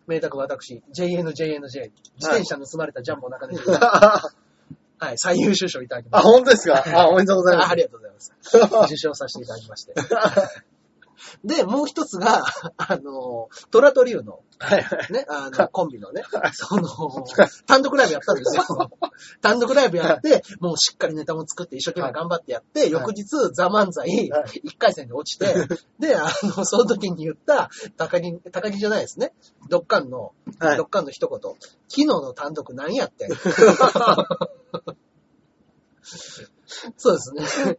明卓私、JNJNJ、自転車盗まれたジャンボ中根、はい、はい、最優秀賞いただきま
あ、
し
本当ですかあ、おめでとうござい
た。
ま
ああ
す。
りがとうございます。受賞させていただきまして。 で、もう一つが、あのー、トラトリウの、
はいはい。
ね、あの、コンビのね、その、単独ライブやったん ですよ。単独ライブやって、もうしっかりネタも作って一生懸命頑張ってやって、翌日、ザ・漫才、
はい
1回戦で落ちて、で、あの、その時に言った、高木、高木じゃないですね。ドッカンの、
はい
ドッカンの一言、昨日の単独何 やってんそうですね。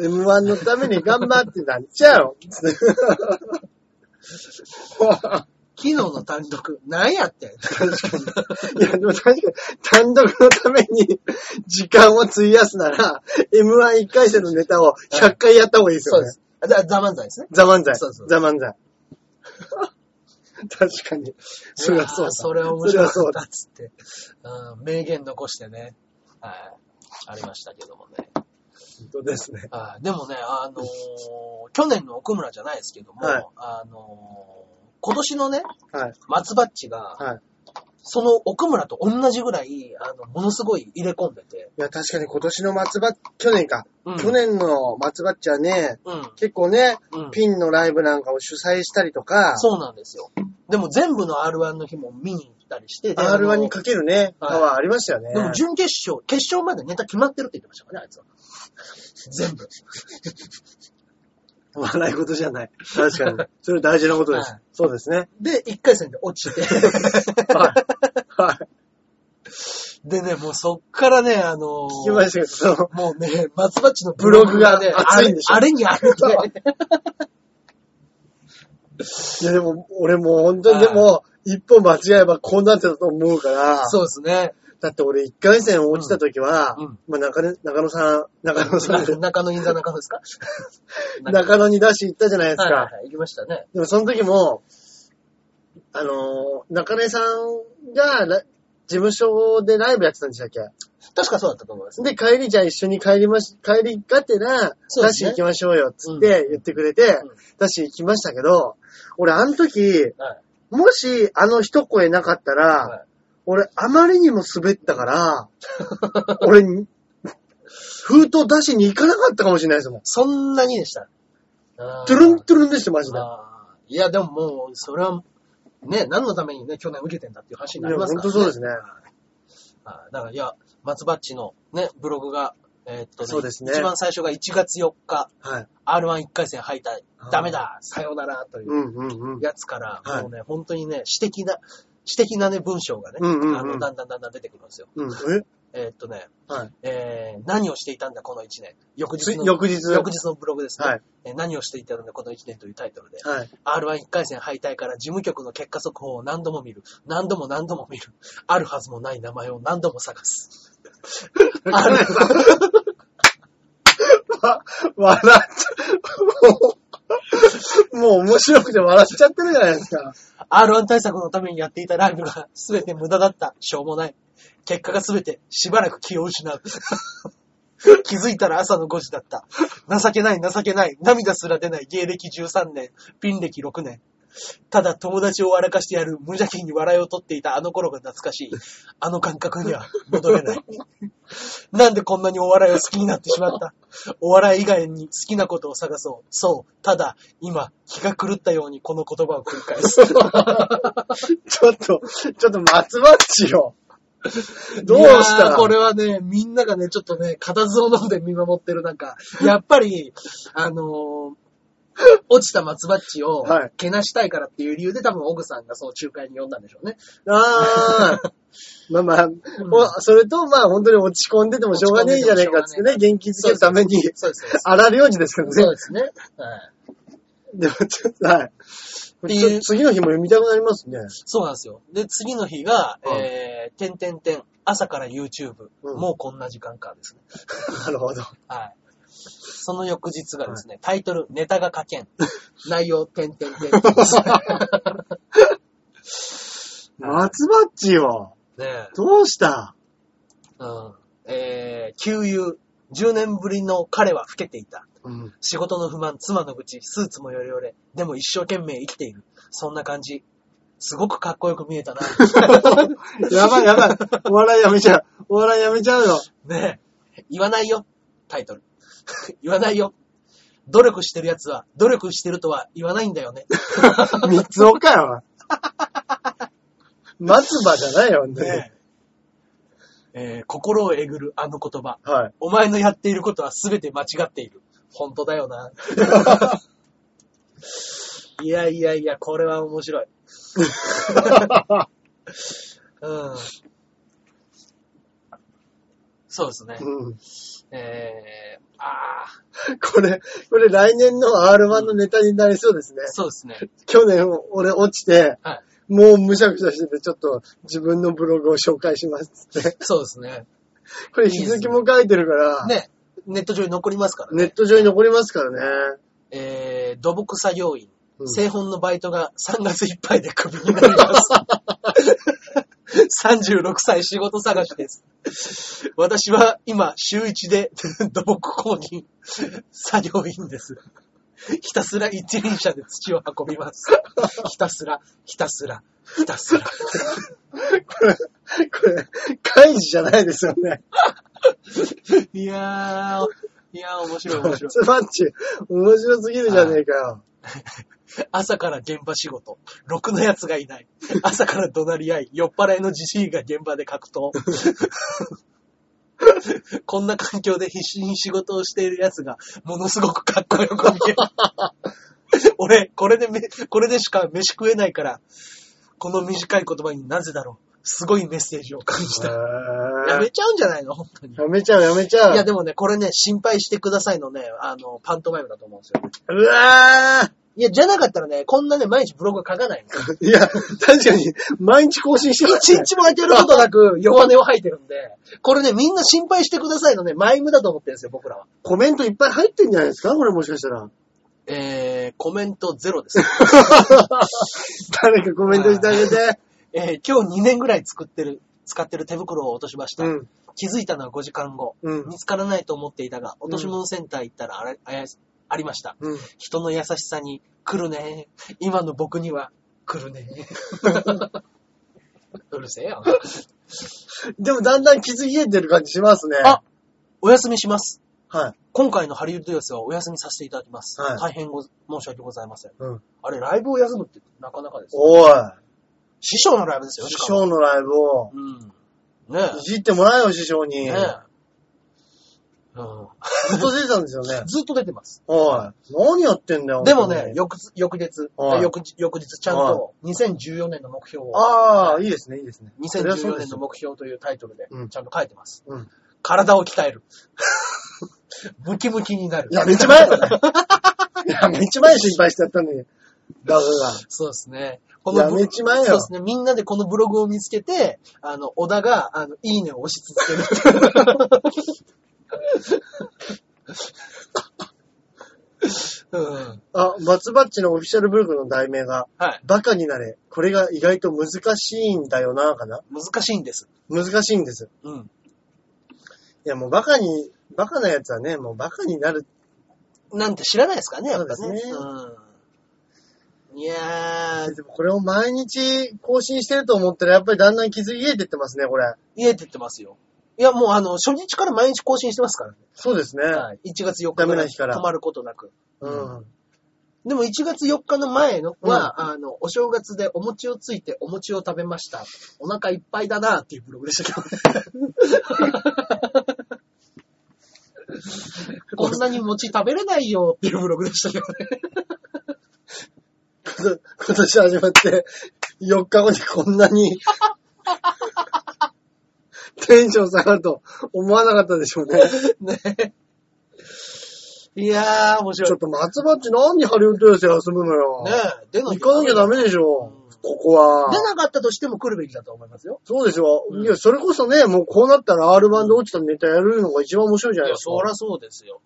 M1 のために頑張ってなっちゃう。
昨日の単独、何やってん
確かに。いや、でも確かに、単独のために時間を費やすなら、M11 回戦のネタを100回やった方がいいです
そ
よ
う
ね
で。す。だザ・漫才ですね。
ザ・漫才。
そうそう
ザ・漫才。確かに。それはそう
いやー
だ。
それは面白
そ
か
れはそう
っ
だ
たっつって、うん、名言残してね、はい、ありましたけどもね。
本当ですね。
はいでもね、あのー去年の奥村じゃないですけども、
はい
あのー今年のね、
はい。
松バッチが、
はい。
その奥村と同じぐらい、あの、ものすごい入れ込んでて、
いや、確かに今年の松葉、去年か。
うん
去年の松葉っちはね、
うん、
結構ね、
うん。
ピンのライブなんかを主催したりとか、
そうなんですよ。でも全部の R1 の日も見に行ったりして、で
R1 に
あ
かけるね、パ
はい
ワーありましたよね。
のでも準決勝、決勝までネタ決まってるって言ってましたからね、あいつは。全部。
笑い事じゃない。確かに。 それ大事なことです。
はい
そうですね。
で、1回戦で落ち て。
はい。はい。
でね、もうそっからね、あの
聞きましたけど、その、
もうね、松バッチのブ
ブロ
ロ
グ
グ
が
が
ね
ね、
熱いんでしょ
あれあれにあれて。
いやでも、俺もう本当にでも、一歩間違えばこうなってたと思うから、
そうですね。
だって俺一回戦落ちた時は、
うんうん
まあ中根、中野さん、中野さんで、
中野銀座中野ですかはい
中野に出し行ったじゃないですか。
はいはい、行きましたね。
でもその時も、あのー中根さんがラ、事務所でライブやってたんでしたっけ
確かそうだったと思います。
で、帰りじゃあ一緒に帰りまし、帰りがてら、
そう
ダッ
です
シ
ね
ュ行きましょうよ、つって言ってくれて、
うん
ダッシュ行きましたけど、俺あの時、
はい
もしあの一声なかったら、
はい
俺あまりにも滑ったから、 俺に、封筒出しに行かなかったかもしれないですもん。
そんなにでした。あー
トゥルントゥルンでした、マジで。
あーいや、でももう、それは、ね、何のためにね、去年受けてんだっていう話になりますか
い
ら、ね。
や本当そうですね
あーだから、いや、松バッチのね、ブログが、えーっと
そうですね
一番最初が1月4日、
はい。
R11 回戦敗退
あ、ー
ダメだ、さよなら、という
うんうんうん。
やつから、
はい
もうね、本当にね、私的な、私的なね、文章がね、
うんうんうん
あの、だんだんだんだん出てくるんですよ。
うん、え
えーっとね、
はい。
えー何をしていたんだ、この1年。翌日の、
翌日。
翌日のブログですね。
はい。
えー何をしていたんだ、この1年というタイトルで。
はい。
R11 回戦敗退から事務局の結果速報を何度も見る。何度も何度も見る。あるはずもない名前を何度も探す。ある
わ笑っちゃ、もう、もう面白くて笑っちゃってるじゃないですか。
R1 対策のためにやっていたライブが 全て無駄だった。しょうもない。結果が全てしばらく気を失う。 気づいたら朝の5時だった。情けない情けない。涙すら出ない芸歴13年。ピン歴6年。ただ友達を笑かしてやる無邪気に笑いを取っていたあの頃が懐かしい。あの感覚には戻れない。 なんでこんなにお笑いを好きになってしまったお笑い以外に好きなことを探そう。そう。ただ、今、気が狂ったようにこの言葉を繰り返す。
ちょっと、ちょっと松バッチよ。どうし
いや
た
ーこれはね、みんながね、ちょっとね、固唾を飲んで見守って る中、やっぱり、あのー落ちた松バッチを
はい、
けなしたいからっていう理由で、多分、オグさんがその仲介に呼んだんでしょうね。
ああ。まあまあ、おそれと、まあ本当に落ち込んでてもしょうがねえじゃねえかっつってね、元気づけるために、
そうです、そうです。
荒領事ですけど
そう
ね。
ですね。はい
でもちょっと、はい。
ていう
ちょ次の日も読みたくなりますね。
そうなんですよ。で、次の日が、
うん
えー、てんてんてん、朝から YouTube、
うん
もうこんな時間かですね。
なるほど。
はい。その翌日がですね、タイトル、ネタが 書けん。内容、てんてんてんってですね。
松バッチよ。
ねえ
どうした
うんえー、旧友、10年ぶりの彼は老けていた。
うん。
仕事の不満、妻の愚痴、スーツもヨレヨレ。でも一生懸命生きている。そんな感じ。すごくかっこよく見えたな。
やばいやばい。お笑いやめちゃう。お笑いやめちゃうよ。
ねえ。言わないよ、タイトル。 言わないよ。努力してる奴は、努力してるとは言わないんだよね。
三つおか よ。松葉じゃないよ、本当に。
ねええー心をえぐるあの言葉。
はい。
お前のやっていることは全て間違っている。本当だよな。いやいやいや、これは面白い。うん。そうですね。
うん。
えー、あー
これ、これ来年の R1 のネタになりそうですね。
そうですね。
去年俺落ちて、
はい。
もうむしゃくしゃしてて、ちょっと自分のブログを紹介しますっつって。
そうですね。
これ日付も書いてるから、
ね、ネット上に残りますからね。
ネット上に残りますからね。
えー、土木作業
う
員、
ん
製本のバイトが3月いっぱいでクビになります。36歳仕事探しです。私は今、週1で 土木工人、作業員です。ひたすら一輪車で土を運びます。ひたすら、ひたすら、ひたすら。
これ、これ、開示じゃないですよね。
いやー、いやー面白い面白い。
スマッチ、面白すぎるじゃねえかよ。
朝から現場仕事。ろくな奴がいない。朝から怒鳴り合い。酔っ払いのじじいが現場で格闘。 こんな環境で必死に仕事をしている奴が、ものすごくかっこよく見える。 俺、これでめ、これでしか飯食えないから、この短い言葉になぜだろう。すごいメッセージを感じた。
へー
やめちゃうんじゃないの本当に。
やめちゃう、やめちゃう。
いや、でもね、これね、心配してくださいのね、あの、パントマイムだと思うんですよ。
うわー
いや、じゃなかったらね、こんなね、毎日ブログ書かないの。
いや、確かに、毎日更新してま
一
すね。
日も空いてることなく、弱音を吐いてるんで、これね、みんな心配してくださいのね、マイムだと思ってるんですよ、僕らは。
コメントいっぱい入ってんじゃないですかこれもしかしたら。
えー、コメントゼロ です。
誰かコメントしてあげて。
えー、今日2年ぐらい作ってる、使ってる手袋を落としました。
うん。
気づいたのは5時間後。
うん
見つからないと思っていたが、落とし物センター行ったらあれ、あやありまし た。
うん。
人の優しさに、来るね。今の僕には、来 るね。うるせえよ。
でもだんだん気づいてる感じしますね。
あお休みします。
はい。
今回のハリウッド予選はお休みさせていただきます。
はい
大変ご申し訳ございません。
うん。
あれ、ライブを休むってなかなかですよ。
おい、
師匠のライブですよ、
師
しかも
匠のライブを、
うん。ね
いじってもらえよ、師匠に。
え。ねえ。うん。
ずっと出てたんですよね。
ずっと出てます。
おい、何やってんだよ。
でも
本当
ね、
に、
翌日、翌日、
はい
翌日、翌日ちゃんと2014年の目標を、
ああ、いいですね、いいですね。そりゃそう
2014
で
年
す
の
よ
目標というタイトルで
うん
ちゃんと書いてます。
うん
体を鍛える。 ムキムキになる。
やめちまえよ、やめちまえ、心配してやったのに。だから、
そうですね。
やめちまえよ
そうですね。みんなでこのブログを見つけて、あの、小田が、あの、いいねを押し続けるっていう。うん。
あ、松バッチのオフィシャルブログの題名が、
はい。
バカになれ。これが意外と難しいんだよな、かな。
難しいんです。
難しいんです。
うん。
いや、もうバカに、バカなやつはね、もうバカになる。
なんて知らないですからね、やっぱ
そう
ね。
ですね
うん。いやー、
でもこれを毎日更新してると思ったら、やっぱりだんだん傷癒えてってますね、これ。
家って言ってますよ。いや、もうあの、初日から毎日更新してますからね。
そうですね。
はい。1月4日
ダ
ま
メ
で
な日から
止まることなく。
うん。
でも1月4日の前のは、あの、お正月でお餅をついてお餅を食べました。お腹いっぱいだなっていうブログでしたけ どね。こんなに餅食べれないよっていうブログでしたけどね。
こと今年始まって、4日後にこんなに、テンション下がると思わなかったでしょうね。
ね いやー、面白い
ちょっ。と松バッチなんでハリウッド寄せ休むのよ。
ねえ、出な
行かなきゃダメでしょ。ここは。
出なかったとしても来るべきだと思いますよ。
そうでしょ、
うん
いや、それこそね、もうこうなったら R1 で落ちたネタやるのが一番面白いじゃないですか。
らそうですよ。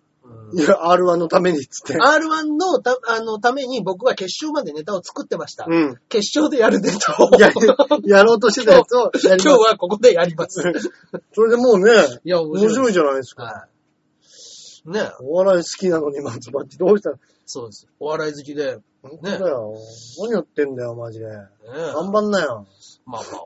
いや、R1 のためにっつって。
R1 のたあのために僕は決勝までネタを作ってました。
うん。
決勝でやるネタを。
や、やろうとしてたやつをや
今
り
日
ます。
はここでやります。
それでもうね、
いや、
面白
い。
いじゃないですか。
はい。ねえ
お笑い好きなのに松バッチどうしたの
そうです。お笑い好きで、ね
本当だよ。何やってんだよ、マジで。
え
頑張んなよ。
まあまあ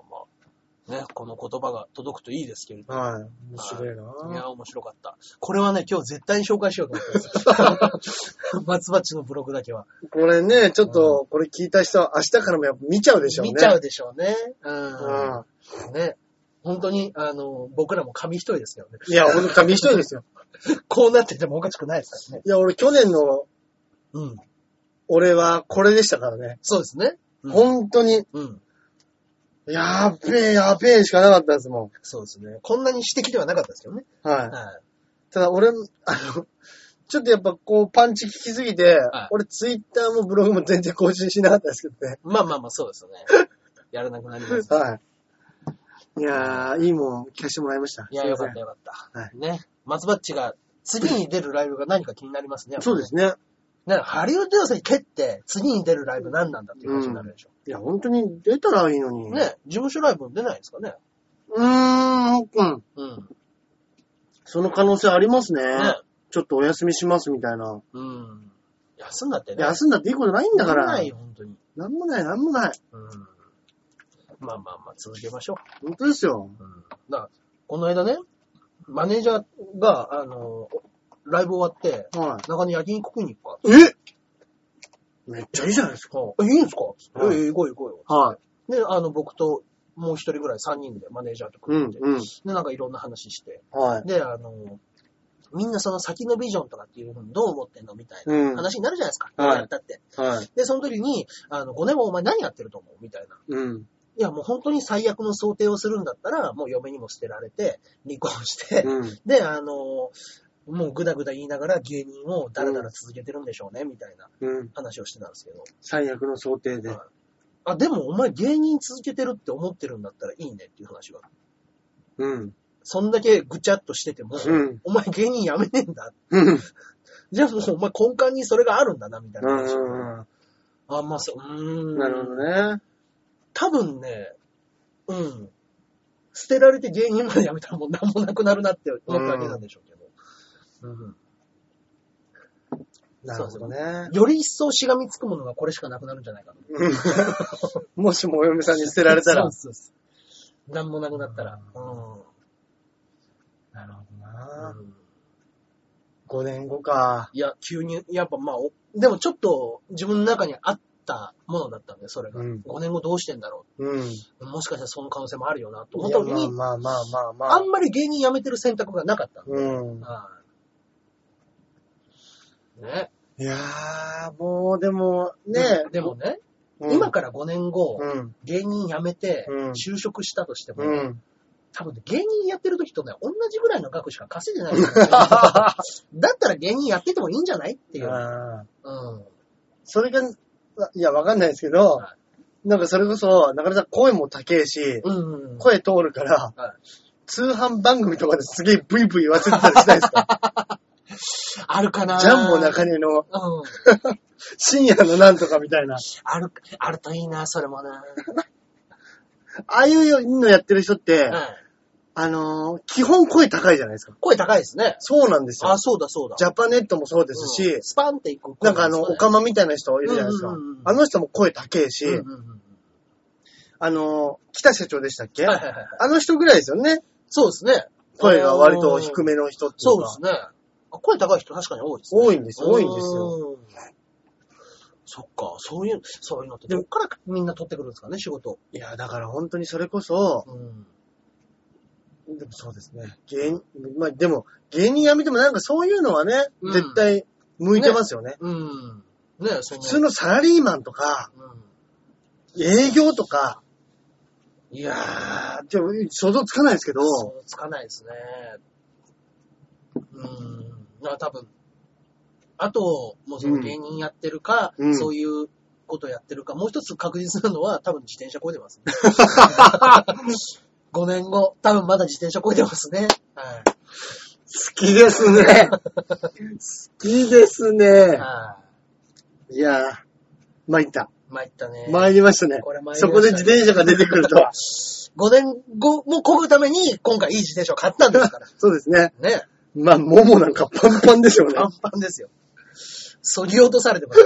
まあ、ね、この言葉が届くといいですけれど。
はい。面白い
い
な
や、面白かった。これはね、今日絶対に紹介しようと思って ます。松バッチのブログだけは。
これね、ちょっと、これ聞いた人は明日からもやっぱ見ちゃうでしょうね。
見ちゃうでしょうね。う
うん
ん。。ね。本当に、あの、僕らも紙一重ですけどね。
いや、ほんと紙一重ですよ。
こうなっててもおかしくないですからね。
いや、俺去年の
うん。
俺はこれでしたからね。
そうですね。うん
本当に、
うん。
やっべえ、やっべえしかなかったですも
そうですね。こんなに指摘ではなかったですけどね。
ん。はい。
は
ただ俺、あの、ちょっとやっぱこうパンチ効きすぎて、
はい
俺ツイッターもブログも全然更新しなかったですけどね。
まあまあまあ、そうですよね。 やらなくなります、ね。
はい。いやー、いいもん聞かせてもらいました。
いや、よかっ
す
た
ま
よかった。
は
ね。松バッチが、次に出るライブが何か気になりますね。
せん。そうですね。
なんかハリウッド予選蹴って、次に出るライブ何なんだっていう話になるでしょ。
いや、本当に出たらいいのに。。
ね。事務所ライブも出ないですかね。
うーん、うん。
うん。
その可能性ありますね。
ね。
ちょっとお休みしますみたいな。
うん。休んだってね。
休んだっていいことないんだから。
ないよ、本当に。
なんもない、なんもない。
うん。まあまあまあ、続けましょ
本当ですよ。
う。うん。だから、この間ね、マネージャーが、あの、ライブ終わって、
は
中に焼肉食いに行くか。
い。えめっちゃいいじゃないですか。
あ、いいんですか
うん
ええ、行こうよ行こ
はい。
うよ。で、あの、僕と、もう一人ぐらい三人でマネージャーと食
う
っ
ん
て、、
うん。
で、なんかいろんな話して、
はい。
で、あの、みんなその先のビジョンとかっていうのどう思ってんのみたいな
うん。
話になるじゃないですか。
はい
やったって。
はい。
で、その時に、あの、5年後お前何やってると思うみたいな。
うん。
いや、もう本当に最悪の想定をするんだったら、もう嫁にも捨てられて、離婚して、
うん。
で、あの、もうぐだぐだ言いながら芸人をだらだら続けてるんでしょうね、みたいな
うん。
話をしてたんですけど。
最悪の想定で。
はいあ、でもお前芸人続けてるって思ってるんだったらいいねっていう話が。
うん。
そんだけぐちゃっとしてても、
うん
お前芸人やめねえんだ。
うん。
じゃあもうお前根幹にそれがあるんだな、みたいな
うん
話。
うんう
あ、まあそう、うーん。
ん。なるほどね。
多分ね、うん。捨てられて芸人まで辞めたらもう何もなくなるなって思っただけなんでしょうけど。うん。
なるほどね。
より一層しがみつくものがこれしかなくなるんじゃないかと。
うんもしもお嫁さんに捨てられたら。
そうです。何もなくなったら。うん。
なるほど
う
な。
ん
5年後か。
いや、急に、やっぱまあ、おでもちょっと自分の中にあったものだったんで、それが。
うん
5年後どうしてんだろ
うん。
う。もしかしたらその可能性もあるよな、と思
い
った
や
時に、
まあまあまあまあ
あ
まあ
ん。まり芸人辞めてる選択がなかったんで。
うん。
はい。ね。
いやー、もうでも、ね
でもね、
うん
今から5年後、
うん。
芸人辞めて
うん、
就職したとしても、
うん。
多分ね芸人やってる時とね、同じぐらいの額しか稼いでないんだ よねだったら芸人やっててもいいんじゃないっていう。
あー
うん。
それが、あいや、わかんないですけど
は、
なんかそれこそ、中田さん声も高えし、
うん、うん。
声通るから
は、
通販番組とかですげえブイブイ言わせてたりしないです か
あるかな
ジャンボ中根の
うん。
深夜のなんとかみたいな。
ある、あるといいな、それもな。
ああいうのやってる人って、
はい。
あのー、基本声高いじゃないですか。
声高いですね。
そうなんですよ
あ、。そうだそうだ。
ジャパネットもそうです
う
し
ん、スパンっていく声
なんかあの、
です
オ
ね
カマみたいな人いるじゃないです
う
か
んうんうん。
あの人も声高えし、
うんうんうん
あの、北社長でしたっけ、
はいはいはいはい。
あの人ぐらいですよね。
そうですね。
声が割と低めの人ってい
そううで
か。
すね。あ声高い人確かに多いですね。
多いんですよ多いんです
よ。そっか、そういう、そういうのって、どっからみんな取ってくるんですかね、仕事。
いや、だから本当にそれこそ、
うん。
でもそうですね。芸人、まあでも、芸人辞めてもなんかそういうのはね、
うん
絶対向いてますよね。
うん。ねえ、その
普通のサラリーマンとか、
う
営業とか、
ん。いやー、
あーでも想像つかないですけど、
そうつかないですね。うん。だから多分、あと、もうその芸人やってるか、
うん
そういうことやってるか、もう一つ確実なのは、多分自転車こいでます ね。5年後、多分まだ自転車こいでますね。はい。
好きですね。好きですね。
はい
やー、参った。
い。参ったね。
参りましたね。
これ参りました
そこで自転車が出てくると は。
5年後もこぐために、今回いい自転車を買ったんですから。
そうですね。
ね。
まあ、ももなんかパンパンですよね。
パンパンですよ。そぎ落とされてます。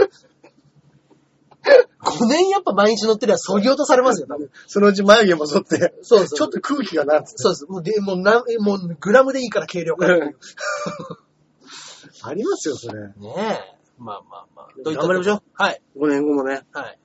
5年やっぱ毎日乗ってりゃそぎ落とされますよ、多分。
そのうち眉毛も剃って、
そうそう。
ちょっと空気がなっつって。
そうです。もう、で、もう、な、もう、グラムでいいから軽量化っていう。
ありますよ、それ。
ねえ。まあまあまあ。
頑張りましょう。
はい。
5年後もね。
はい。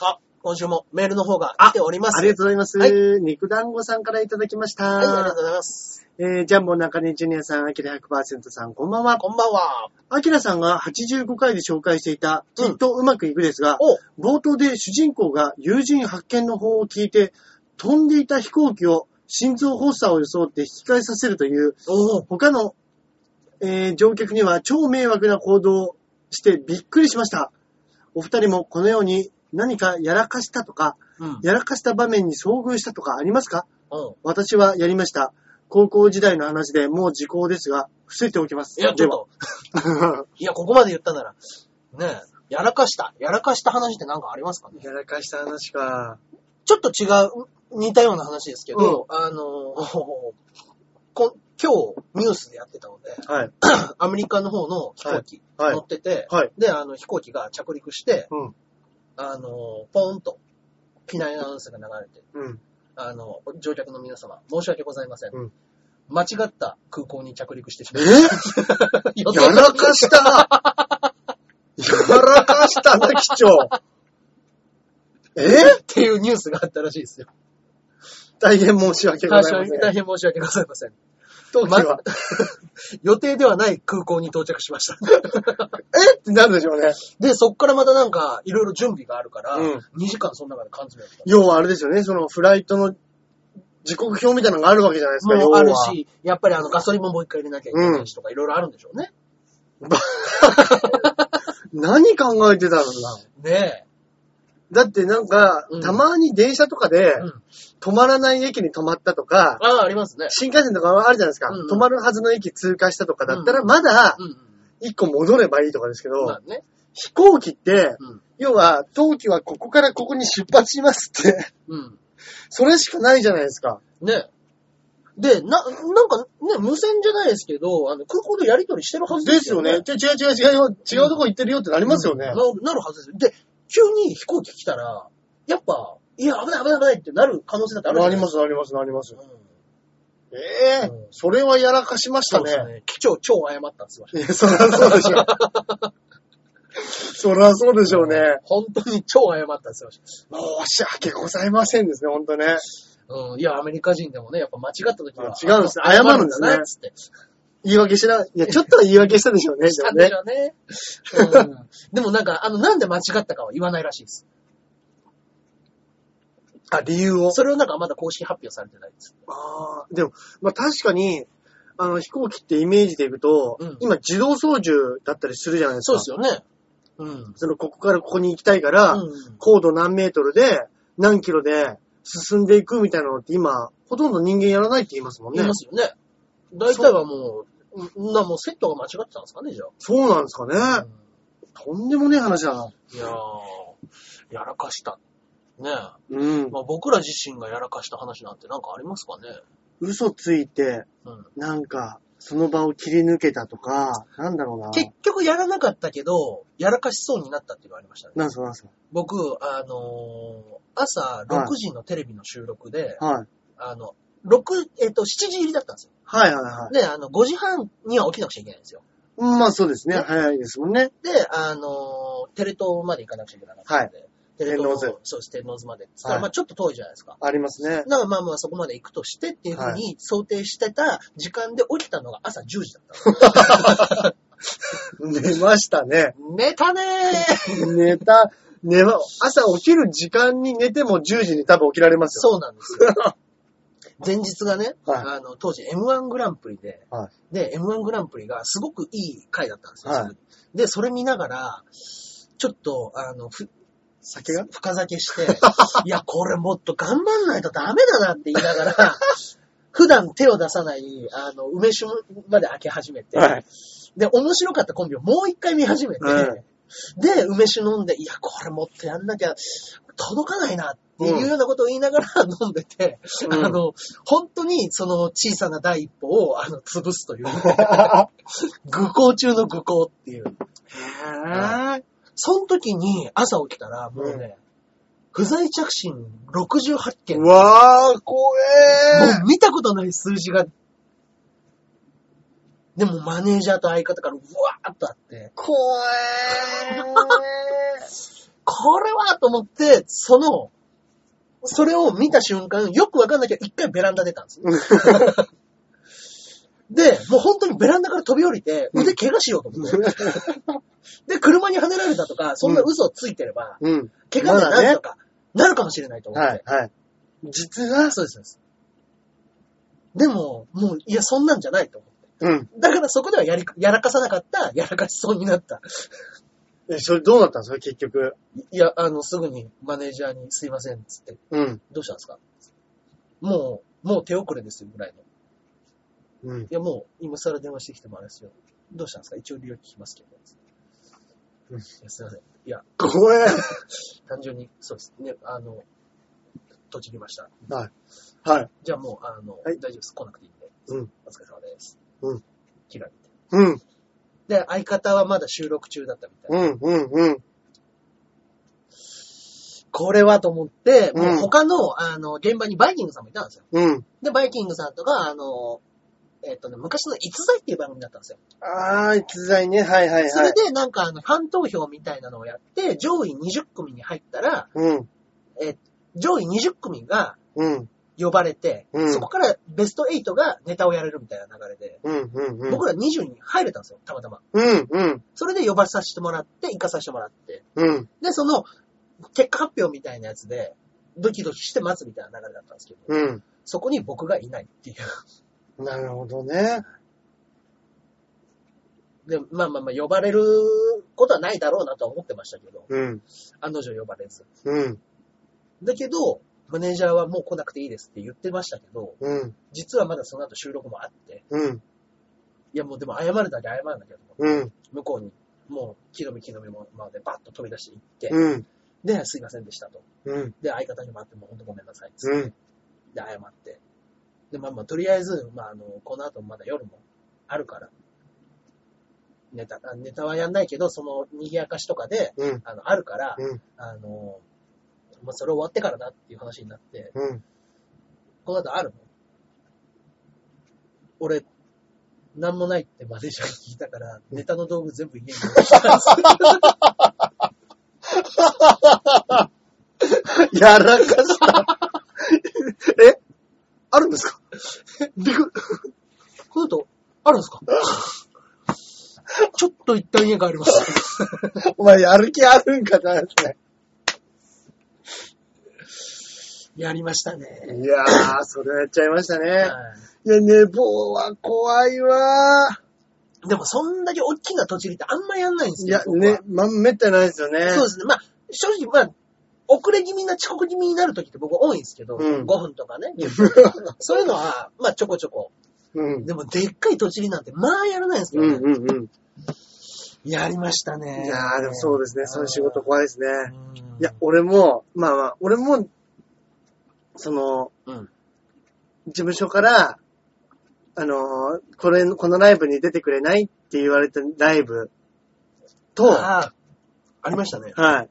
あ、今週もメールの方が来ております。
ありがとうございます。
はい
肉団子さんからいただきました。
はい、ありがとうございます。
えー、ジャンボ中根ジュニアさん、アキラ100%さん、こんばんは。
こんばんは。
アキラさんが85回で紹介していた、
うん
きっとうまくいくですが、
お
冒頭で主人公が友人発見の方を聞いて、飛んでいた飛行機を心臓発作を装って引き返させるという、
おー
他の、ええー乗客には超迷惑な行動をしてびっくりしました。お二人もこのように何かやらかしたとか、
うん。
やらかした場面に遭遇したとかありますか
うん。
私はやりました。高校時代の話でもう時効ですが、伏せておきます。
いや、ちょっ
では
と、いや、ここまで言ったなら、ねえ、やらかした、やらかした話ってなんかありますかね
やらかした話か。
ちょっと違う、似たような話ですけど、あのこ、今日ニュースでやってたので、
はい。
アメリカの方の飛行機
はいはい
乗ってて、
はい
で、あの飛行機が着陸して、
うん。
あの、ポーンと機内アナウンスが流れて、
うん。
あの、乗客の皆様、申し訳ございません。
うん
間違った空港に着陸してしま
え
いまし た。
やらかしたなやらかしたな、機長。え
っていうニュースがあったらし いですよ。
大変申し訳ご
大
ざいま
変
せん。
大変申し訳ございません。
当時は、
予定ではない空港に到着しました。
えってなるでしょうね。
で、そっからまたなんか、いろいろ準備があるから、
うん
2時間その中で缶詰だった。
要はあれですよね、そのフライトの時刻表みたいなのがあるわけじゃないですか、要
もう
は。
あるし、やっぱりあの、ガソリンももう一回入れなきゃいけないしとか、いろいろあるんでしょうね。
何考えてたんだろうな。
ね
だってなんか、
うん
たまに電車とかで
え。、うん。
止まらない駅に止まったとか、
ああ、ありますね。
新幹線とかあるじゃないですか、
うんうん
止まるはずの駅通過したとかだったら、
うん
まだ
うんうん。
一個戻ればいいとかですけど、
まあね。
飛行機って、
うん。
要は、冬季はここからここに出発しますって、
うん。
それしかないじゃないですか。
ねえ。で、な、なんかね、無線じゃないですけど、あの、空港でやりとりしてるはず
ですよね。。ちょ違う違う違うよ。違うとこ行ってるよってなりますよね。
なるなるはずですよ。で、急に飛行機来たら、やっぱ、いや、危ない危ない危ないってなる可能性だってあるじ
な
ゃな
り
いで
ますす、なります、なります
か。。うん
ええ
うん
それはやらかしました
そう
ね。
ですね。機長超謝ったっつってまし
いや そりゃそうでしょう。そりゃそうでしょうね。
た。本当に超謝ったっつってました。
申し訳ございませんですね、ほんとね。
うん、いや、アメリカ人でもね、やっぱ間違った時は。
あ違うんです謝るんですね
謝なっつって。
言い訳しな、いや、ちょっとは言い訳したでしょうね、
したん
でも
で
ね
し。ょ うね。うんでもなんか、あの、なんで間違ったかは言わないらしいです。
あ、理由を。
それをなんかまだ公式発表されてないです。
あーでも、まあ確かに、あの、飛行機ってイメージでいくと、
うん
今自動操縦だったりするじゃないです
そう
か。
ですよね。うん。
その、ここからここに行きたいから、
うん
高度何メートルで、何キロで進んでいくみたいなのって今、ほとんど人間やらないって言いますもんね。
言いますよね。大体はもう、んな、もうセットが間違ってたんですかね、じゃ
そうなんですかね。
あ。
とんでもねえ話だな。
いやー、やらかした。ねえ。
うん。
まあ僕ら自身がやらかした話なんてなんかありますかね。
嘘ついて、
うん。
なんか、その場を切り抜けたとか、なんだろうな。
結局やらなかったけど、やらかしそうになったっていうのがありましたね。
なんすかなんすか
僕、あのー朝6時のテレビの収録で、
はい。
あの、6、えっ、と、7時入りだったんですよ。
はいはいは
で、あの、5時半には起きなくちゃいけないんですよ。
い。まあそうですね。
ね
早いですもんね。
で、あのーテレ東まで行かなくちゃいけなかったので、テレ東
天王
の、そうです、天王洲まで。つったら
はい
まあちょっと遠いじゃないですか。
ありますね。
だからまあまあそこまで行くとしてっていうふうに想定してた時間で起きたのが朝10時だったんですよ。
寝ましたね。
寝たねー
寝た、寝は、朝起きる時間に寝ても10時に多分起きられますよ。
そうなんですよ。 前日がね、
はい
あの、当時 M1 グランプリで、
は
で、M1 グランプリがすごくいい回だったんですよ。
はい
その時で、それ見ながら、ちょっと、あの、ふ
酒が
深酒して、 いや、これもっと頑張んないとダメだなって言いながら、 普段手を出さない、あの、梅酒まで開け始めて、
はい。
で、面白かったコンビをもう一回見始めて、
はい
で、梅酒飲んで、いや、これもっとやんなきゃ、届かないなっていうようなことを言いながら 飲んでて、
うん
あの、本当にその小さな第一歩を、あの、潰 すという、愚行中の愚行っていう。
へー
その時に朝起きたら、もうね、不在着信68件。
う
も
わー、怖え
う見たことない数字が、でもマネージャーと相方からうわーっとあって、
怖
これはと思って、その、それを見た瞬間、よくわかんないけど、一回ベランダ出た んですよ。で、もう本当にベランダから飛び降りて、腕怪我しようと思って。で、車にはねられたとか、そんな嘘をついてれば、
えうん。
怪我でなんとか、なるかもしれないと思って。
はい、はい。実は、
そうです、そうです。でも、もう、いや、そんなんじゃないと思って。
うん。
だからそこではやり、やらかさなかった、やらかしそうになった。
え、それどうなったんですか結局。
いや、あの、すぐにマネージャーにすいません、つって。
うん。
どうしたんですかもう、もう手遅れですよ、ぐらいの。い
うん。
や、もう、今更電話してきてもあれですよ。どうしたんですか一応理由聞きますけど。
うん
いやすいません。いや、
これ、
単純に、そうですね、あの、閉じりました。
はい。
じゃあもう、あの、
はい
大丈夫です。来なくていいんで。
うん。
お疲れ様です。
うん。
切られて。
うん。
で、相方はまだ収録中だったみたい
う
な。
ん。うん。うん。
これはと思って、もううん他の、あの、現場にバイキングさんもいたんですよ。
うん。
で、バイキングさんとか、あの、えっとね、昔の逸材っていう番組だったんですよ。
あー、逸材ね。はいはいはい。
それで、なんか、あの、ファン投票みたいなのをやって、上位20組に入ったら、
うん。
上位20組が
うん。
呼ばれて、
うん
そこからベスト8がネタをやれるみたいな流れで、
うん。うん。うん。
僕ら20に入れたんですよ、たまたま。
うん。うん。
それで呼ばさせてもらって、行かさせてもらって。
うん。
で、その、結果発表みたいなやつで、ドキドキして待つみたいな流れだったんですけど、
うん。
そこに僕がいないっていう。
なるほどね。
で、まあまあまあ、呼ばれることはないだろうなとは思ってましたけど、
うん。
案の定呼ばれず。
うん。
だけど、マネージャーはもう来なくていいですって言ってましたけど、
うん。
実はまだその後収録もあって、
うん。
いやもうでも謝るだけ謝るんだけど、
うん。
向こうに、もう、木の実木の実までバッと飛び出していって、
うん。
で、すいませんでしたと。
うん。
で、相方にも会って、もうほんとごめんなさいっつって、
うん。
で、謝って。で、まあまあ、とりあえず、まあ、あの、この後まだ夜もあるから、ネタ、あネタはやんないけど、その、賑やかしとかで、
うん。
あの、あるから、
うん。
あの、まあ、それ終わってからだっていう話になって、
うん。
この後あるの俺、なんもないってマネージャーに聞いたから、ネタの道具全部家に置いてきたんですよ
やらかした。え あるん ですかびく
この後、あるんで すかちょっと一旦家帰ります。
お前、やる気あるんかなって。
やりましたね。
いやー、それやっちゃいましたね。
はい
いや、寝坊は怖いわー。
でも、そんだけ大きな土地ってあんまやんないんです
い
よ。
や、
僕は
ね、まんめったにないですよね。
そうですね。まあ、正直、まあ、遅れ気味な遅刻気味になる時って僕多いんですけど、
うん
5分と かね。そういうのは、まあ、ちょこちょこ。
うん。
でも、でっかい土地なんて、まあ、やらないんですけ
う
ど
ん
ね。
うんうん。
やりましたね。
いやー、でもそうですね。その仕事怖いですね。
うん
いや、俺も、まあまあ、俺も、その、
うん
事務所から、あのーこれ、このライブに出てくれないって言われたライブと、は
ああ、ありましたね。
い。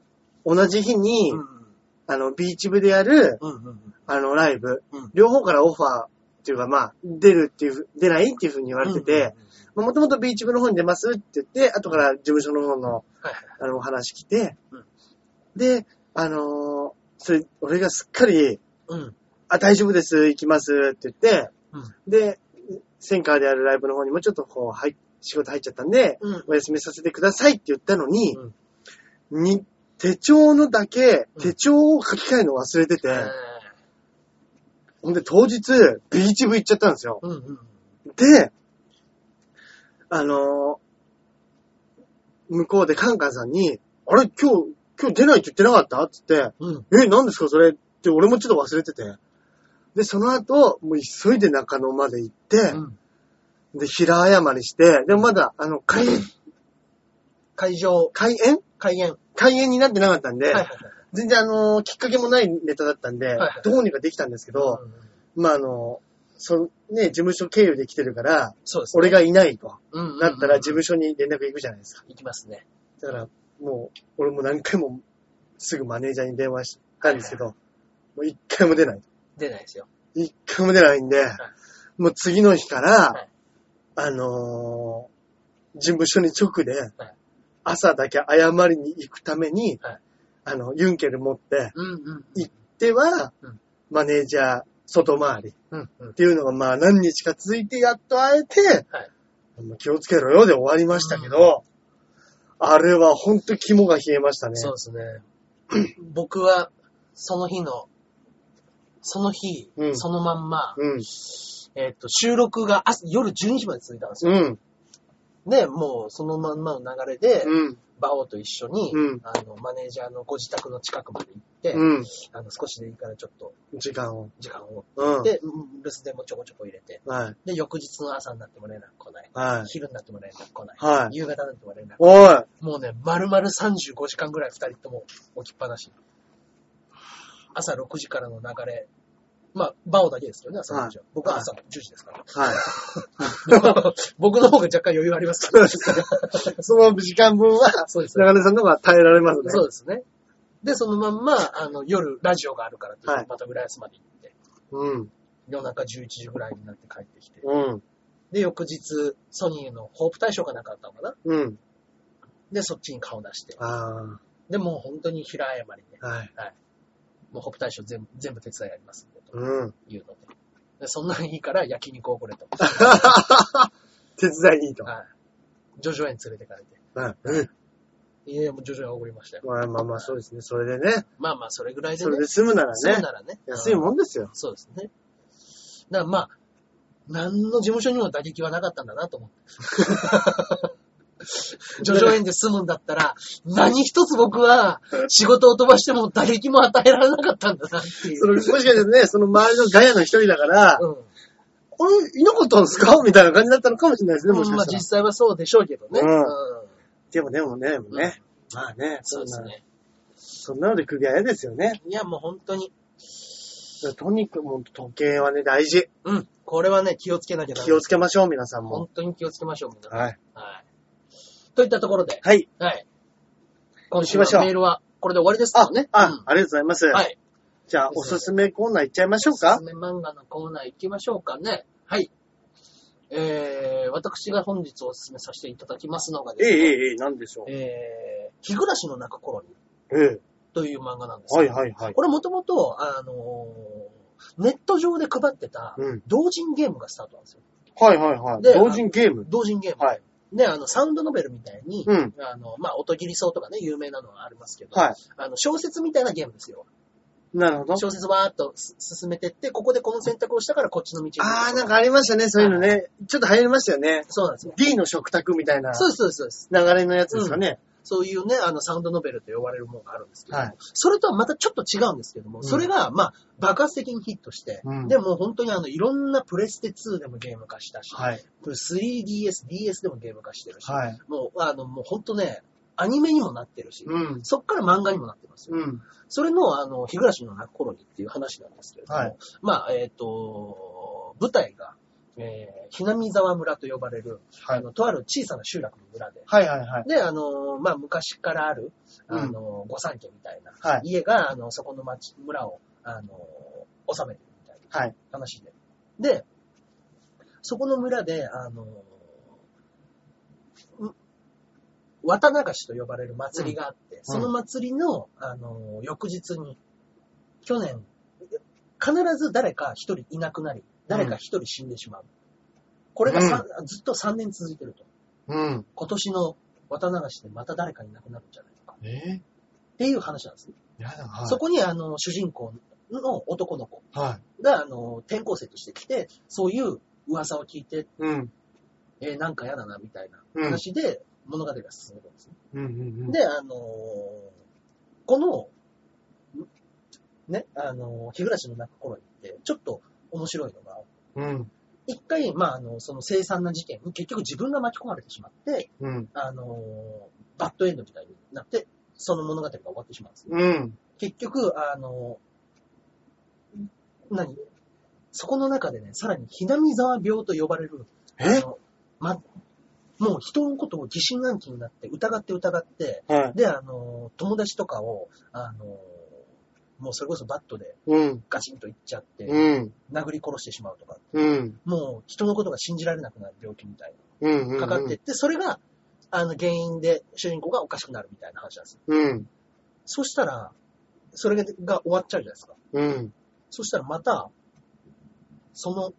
同じ日に、
うん。
あの、ビーチ部でやる、
うんうんうん。
あの、ライブ、
うん
両方からオファーっていうか、まあ、出るっていうふ、出ないっていうふうに言われてて、もともとビーチ部の方に出ますって言って、後から事務所の方の、
はいはい。
あの、お話来て、
うん
で、あのーそれ、俺がすっかり、
うん。
あ、大丈夫です、行きますって言って、
うん
で、センカーであるライブの方にもちょっとこう、はい、仕事入っちゃったんで、
うん。
お休みさせてくださいって言ったのに、
うん
に手帳のだけ
う、ん
手帳を書き換えるの忘れてて、
えー
ほんで当日、ビーチ部行っちゃったんですよ。
うんうん。
で、あのー向こうでカンカンさんに、あれ今日、今日出ないって言ってなかったって言って、
うん。
え、何ですかそれって俺もちょっと忘れてて。で、その後、もう急いで中野まで行って、
うん。
で、平謝りして、でもまだ、あの、開、
会場、
開演
開演。は
開演になってなかったんで、
いはいはい。
全然あの、きっかけもないネタだったんで、
いはい
どうにかできたんですけど、
うんうん
まああの、そのね、事務所経由で来てるから、
そうですね。
俺がいないと
うんうんうん、
なったら事務所に連絡行くじゃないですか。
行きますね。
だから、もう、俺も何回もすぐマネージャーに電話したんですけど、もう一回も出ない。
出ないですよ。
一回も出ないんで、もう次の日から、
はい
あのー事務所に直で、
はい
朝だけ謝りに行くために、
はい
あの、ユンケル持って、
うんうん。
行では、
うん
マネージャー外回りっ
うんうん。
ていうのがまあ何日か続いてやっと会えて、
はい
もう気をつけろよで終わりましたけど、あれはほんと肝が冷えましたね。
そうですね。僕は、その日の、その日、
うん
そのまんま、
うん。
えっと、収録が朝夜12時まで続いたんですよ。
うん。
で、もうそのまんまの流れで、
うん。
バオと一緒に、
うん
あの、マネージャーのご自宅の近くまで行って、
うん。
あの、少しでいいからちょっと
時間を。
時間を。
うん。
で、うん留守電もちょこちょこ入れて、
はい。
で、翌日の朝になっても連絡来ない。
はい。
昼になっても連絡来ない。
はい。
夕方になっても連絡来ない。
おい
もうね、丸々35時間ぐらい二人とも起きっぱなし。朝6時からの流れ。まあ、バオだけですよね、朝6時は。僕は朝10時ですから。
はい。
僕の方が若干余裕ありますから。
その時間分は、
そうですね。
長根さんの方が耐えられますね。
そうですね。で、そのまんま、あの、夜、ラジオがあるからって言って
はい
また浦安まで行って、
うん。
夜中11時ぐらいになって帰ってきて。
うん。
で、翌日、ソニーのホープ大賞がなかったのかな
うん。
で、そっちに顔出して。
あ
で、もう本当に平謝りで、
あ。はい。
もうホープ大賞全部、全部手伝いやりますんでと。
うん。
いうので。でそんなんいいから焼肉おごれと。
手伝いにいいと。
はい。ジョジョ園連れてかれて。
うん。うん。
いやいや、もうジョジョ園おごりましたよ。
まあまあまあ、そうですね。それでね。
まあまあ、それぐらいで
そ
ね。
れで済むなら
そう
ね。
ならね。
安いもん
う
ですよ。
そうですね。だからまあ、何の事務所にも打撃はなかったんだな と思って。ジョジョ園で住むんだったら、何一つ僕は仕事を飛ばしても打撃も与えられなかったんだなってい。
そうの、もしかしてね、その周りのガヤの一人だから、
うん。
これ、いなかったんですかみたいな感じだったのかもしれないですね、もし
ま
か
あ
したら
実。際はそうでしょうけどね。
うん
うん
でもでもね、でもね。まあね、
そ
そうう
ですね。
そんなので首は嫌ですよね。
いや、もう本当に。
とにかくもう時計はね、大事。
うん。これはね、気をつけなきゃダメ。
気をつけましょう、皆さんも
本。当に気をつけましょう、みんな。
はい。
はい。といったところで、
はい。
はい。今週
行きましょ
の
う
メールはこれで終わりですか
あ
らね、。
あ、
うん
ありがとうございます。
はい。
じゃあ、おすすめコーナー行っちゃいましょうか
おすすめ漫画のコーナー行きましょうかね。はい。えー、私が本日おすすめさせていただきますのがで
ええ
すね、
ええええ、なんでしょう。
えー、日暮らしの中頃に
ええ。
という漫画なんです
はい
けど、
はいはい。
これもともと、あのーネット上で配ってた
うん。
同人ゲームがスタートなんですよ。
はいはいはい。
で
同人ゲーム。
同人ゲーム。
はい。
で、あの、サウンドノベルみたいに、
うん。
あの、まあ、音切り層とかね、有名なのはありますけど、
は
あの、小説みたいなゲームですよ。
い。なるほど。
小説わーっとす進めてって、ここでこの選択をしたからこっちの道に行く
ああ、なんかありましたね、そういうのね。ちょっと流行りましたよね。
そうなんですよ。
D の食卓みたいな
そうです、そうです、そうです。
流れのやつですかね。
そういうね、あの、サウンドノベルと呼ばれるものがあるんですけど、
はい
それとはまたちょっと違うんですけども、
うん
それが、まあ、爆発的にヒットして、
うん
でもう本当にあの、いろんなプレステ2でもゲーム化したし、
はい。
これ 3DS、DS でもゲーム化してるし、
はい。
もう、あの、もう本当ね、アニメにもなってるし、
うん。
そっから漫画にもなってますよ。
うん。
それの、あの、日暮らしの泣く頃にっていう話なんですけれども、
はい
まあ、えっ、と、舞台が、えー、ひなみ沢村と呼ばれる、
は
あ
い。
の、とある小さな集落の村で、
はいはいはい。
で、あの、まあ、昔からある、
うん
あの、御三家みたいな、
はい。
家が、あの、そこの町、村を、あの、治めてるみたいな
はい。
話で。で、そこの村で、あの、ん綿流しと呼ばれる祭りがあって、その祭りの、あの、翌日に、去年、必ず誰か一人いなくなり、誰か一人死んでしまう。これがさ、ずっと3年続いてると。
うん。
今年の綿流しでまた誰かいなくなるんじゃないか。
え
っていう話なんですね。
やだ、は
そこに、あの、主人公の男の子
はい。
が、あの、転校生として来て、そういう噂を聞いて、
うん。
えーなんか嫌だな、みたいな
うん
話で、物語が進むんですね。
うんうんうん。
で、あのーこの、んね、あのー日暮らしの中頃に行って、ちょっと面白いのが、
うん。
一回、まあ、あの、その凄惨な事件に結局自分が巻き込まれてしまって、
うん。
あのーバッドエンドみたいになって、その物語が終わってしまうんですね。
うん。
結局、あのー何そこの中でね、さらに、ひなみざわ病と呼ばれる、あ
え
のま、もう人のことを疑心暗鬼になって、疑って疑って、
はい。
で、あの、友達とかを、あの、もうそれこそバットで
うん。
ガチンといっちゃって、
うん。
殴り殺してしまうとか、
うん。
もう人のことが信じられなくなる病気みたい
うん。うん
な、かかってっ。て、それが、あの、原因で主人公がおかしくなるみたいな話なんですよ。
うん。
そしたら、それが終わっちゃうじゃないですか。
うん。
そしたらまた、その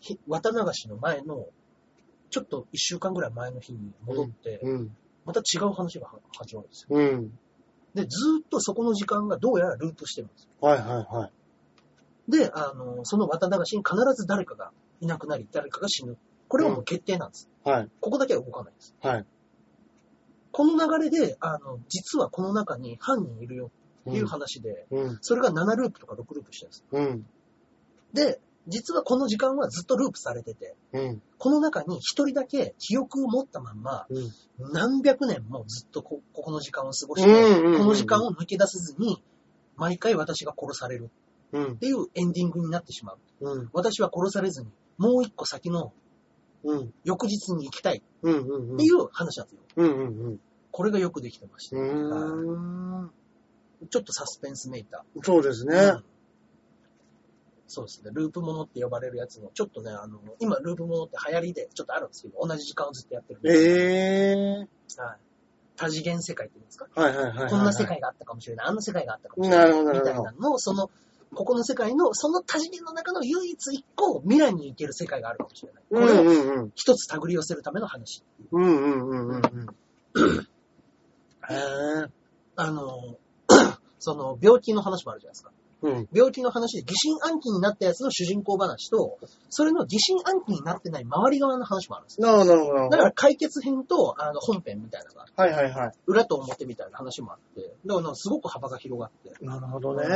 日、綿流しの前の、ちょっと一週間ぐらい前の日に戻って、
うん。
また違う話が始まるんですよ。
うん。
で、ずーっとそこの時間がどうやらループしてるんですよ
はいはいはい。
で、あの、その綿流しに必ず誰かがいなくなり、誰かが死ぬ。これはもう決定なんです。
はい。
ここだけは動かないです。
はい。
この流れで、あの、実はこの中に犯人いるよっていううん話で、
うん。
それが7ループとか6ループしてるんです。
うん。
で、実はこの時間はずっとループされてて、
うん。
この中に一人だけ記憶を持ったまんま、
うん。
何百年もずっとこ、ここの時間を過ごし
うん
て、
うんうん
この時間を抜け出せずに、毎回私が殺される
うん
っ。ていうエンディングになってしまう。
うん。
私は殺されずに、もう一個先の
うん。
翌日に行きたいっ
うん。うん。うん
ていう話なんですよ。
うん。うん。
これがよくできてました。
うん。う
ちょっとサスペンスめいた。
ーん。そうですね。
うんそうですね。ループものって呼ばれるやつの、ちょっとね、あの、今ループものって流行りでちょっとあるんですけど、同じ時間をずっとやってるんで。
ええ
はい。多次元世界って言うんですか
ー。はいはいはいはい。
こんな世。界があったかもしれない、あんな世界があったかもしれ
な
ない、
るほど、な
み
る
たい
ほど
な。のを、その、ここの世界の、その多次元の中の唯一一個、未来に行ける世界があるかもしれない。こ
うん
れを
うんうん。
一つ手繰り寄せるための話。
うんうんうんうんうん。へえ。
あの、 その、病気の話もあるじゃないですか。
うん。
病気の話で疑心暗鬼になったやつの主人公話と、それの疑心暗鬼になってない周り側の話もあるんですよ。
なるほど、なるほど。
だから解決編とあの本編みたいなのがあって、
はいはいはい。
裏と表みたいな話もあって、だからすごく幅が広がって、
なるほどね。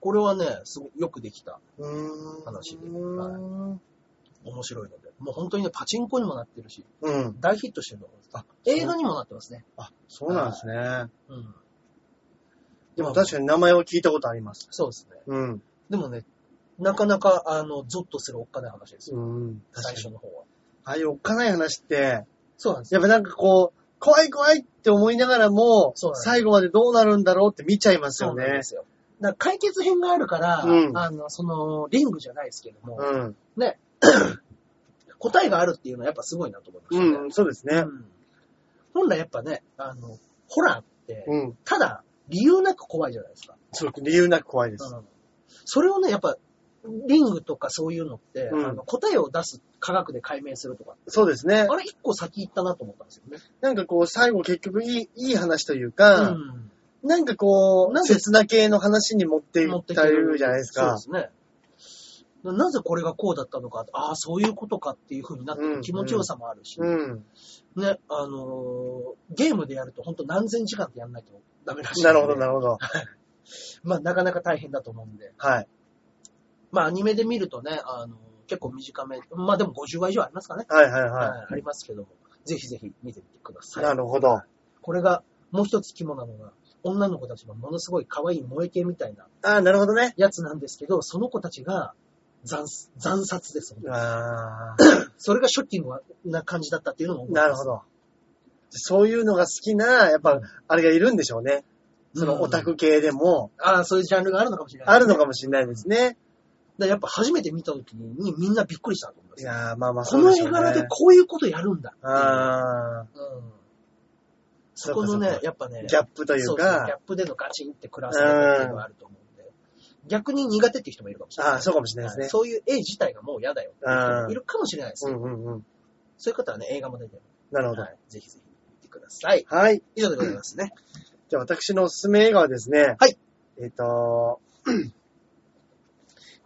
これはね、すごくよくできた、
うーん。
話で
うん。
面白いので、もう本当にね、パチンコにもなってるし、
うん。
大ヒットしてるの
あ
映画にもなってますね。
あ、そうなんですね。
うん。
でも確かに名前を聞いたことあります。
そうですね。
うん。
でもね、なかなか、あの、ゾッとするおっかない話ですよ。
うん。確
最
か
初
に。
の方は。
ああいうおっかない話って、
そうなんですよ。
やっぱなんかこう、怖い怖いって思いながらも、
そうなんです
最後までどうなるんだろうって見ちゃいます
そ
よ
うなん
ね
で。すよ。だから解決編があるから、
うん
あの、その、リングじゃないですけども、
うん。
答えがあるっていうのはやっぱすごいなと思いましたね。
うん、そうですね
う。ん本来やっぱね、あの、ホラーって、
うん。
ただ、理由なく怖いじゃないですか。
そう、理由なく怖いです。
うんそれをね、やっぱ、リングとかそういうのって、
うん
あの答えを出す科学で解明するとか、
そうですね。
あれ一個先行ったなと思ったんですよね。
なんかこう、最後結局いい、いい話というか、
うん
なんかこう、
なんで
切な系の話に持ってい
持
っ
ってき
た
て
り
る
じゃないですか。
そうですね。なぜこれがこうだったのか、ああ、そういうことかっていう風になって
う
る
ん
気持ちよさもあるし、
うん。
ね、あのーゲームでやると本当何千時間ってやんないとダメらしいんで、
なるほど、なるほど。
まあなかなか大変だと思うんで、
はい。
まあアニメで見るとね、あのー結構短め、まあでも50話以上ありますかね、
はいはいは
はいありますけども、ぜひぜひ見てみてくだ
い。
さい。
なるほど。あ
これがもう一つ肝なのが、女の子たちがものすごい可愛い萌え系みたいな
あー、なるほどね。
やつなんですけど、その子たちが残残殺です、本当に
ああ、
それがショッキングな感じだったっていうのも思います
なるほど。そういうのが好きな、やっぱ、あれがいるんでしょうね。そのオタク系でも、
ああ、そういうジャンルがあるのかもしれない、
あるのか
も。
もしれないですね。
だからやっぱ初めて見た時にみんなびっくりしたと思いま
い
す。
やー、まあまあ
こ
そう
の
でしょ
絵
うね。
柄でこういうことやるんだっていう
ああ、
うんそこの
そうかそう、
ね
か
やっぱね、
ギャップとい
そううですねギャ
か、
ップでのガチンってクラスっていうのがあると思うんで、逆に苦手っていう人もいるかもしれない。
ああ、そうかもしれないです
は
ね
い。そういう絵自体がもう嫌だよっていう人もいるかもしれないです
う
よ。
んうんうん。
そういう方はね、映画も出てる。
なるほど。
はいぜひぜひ見てください。
はい。
以上でございますね。
じゃあ私のおすすめ映画はですね。
はい。
えっ、と、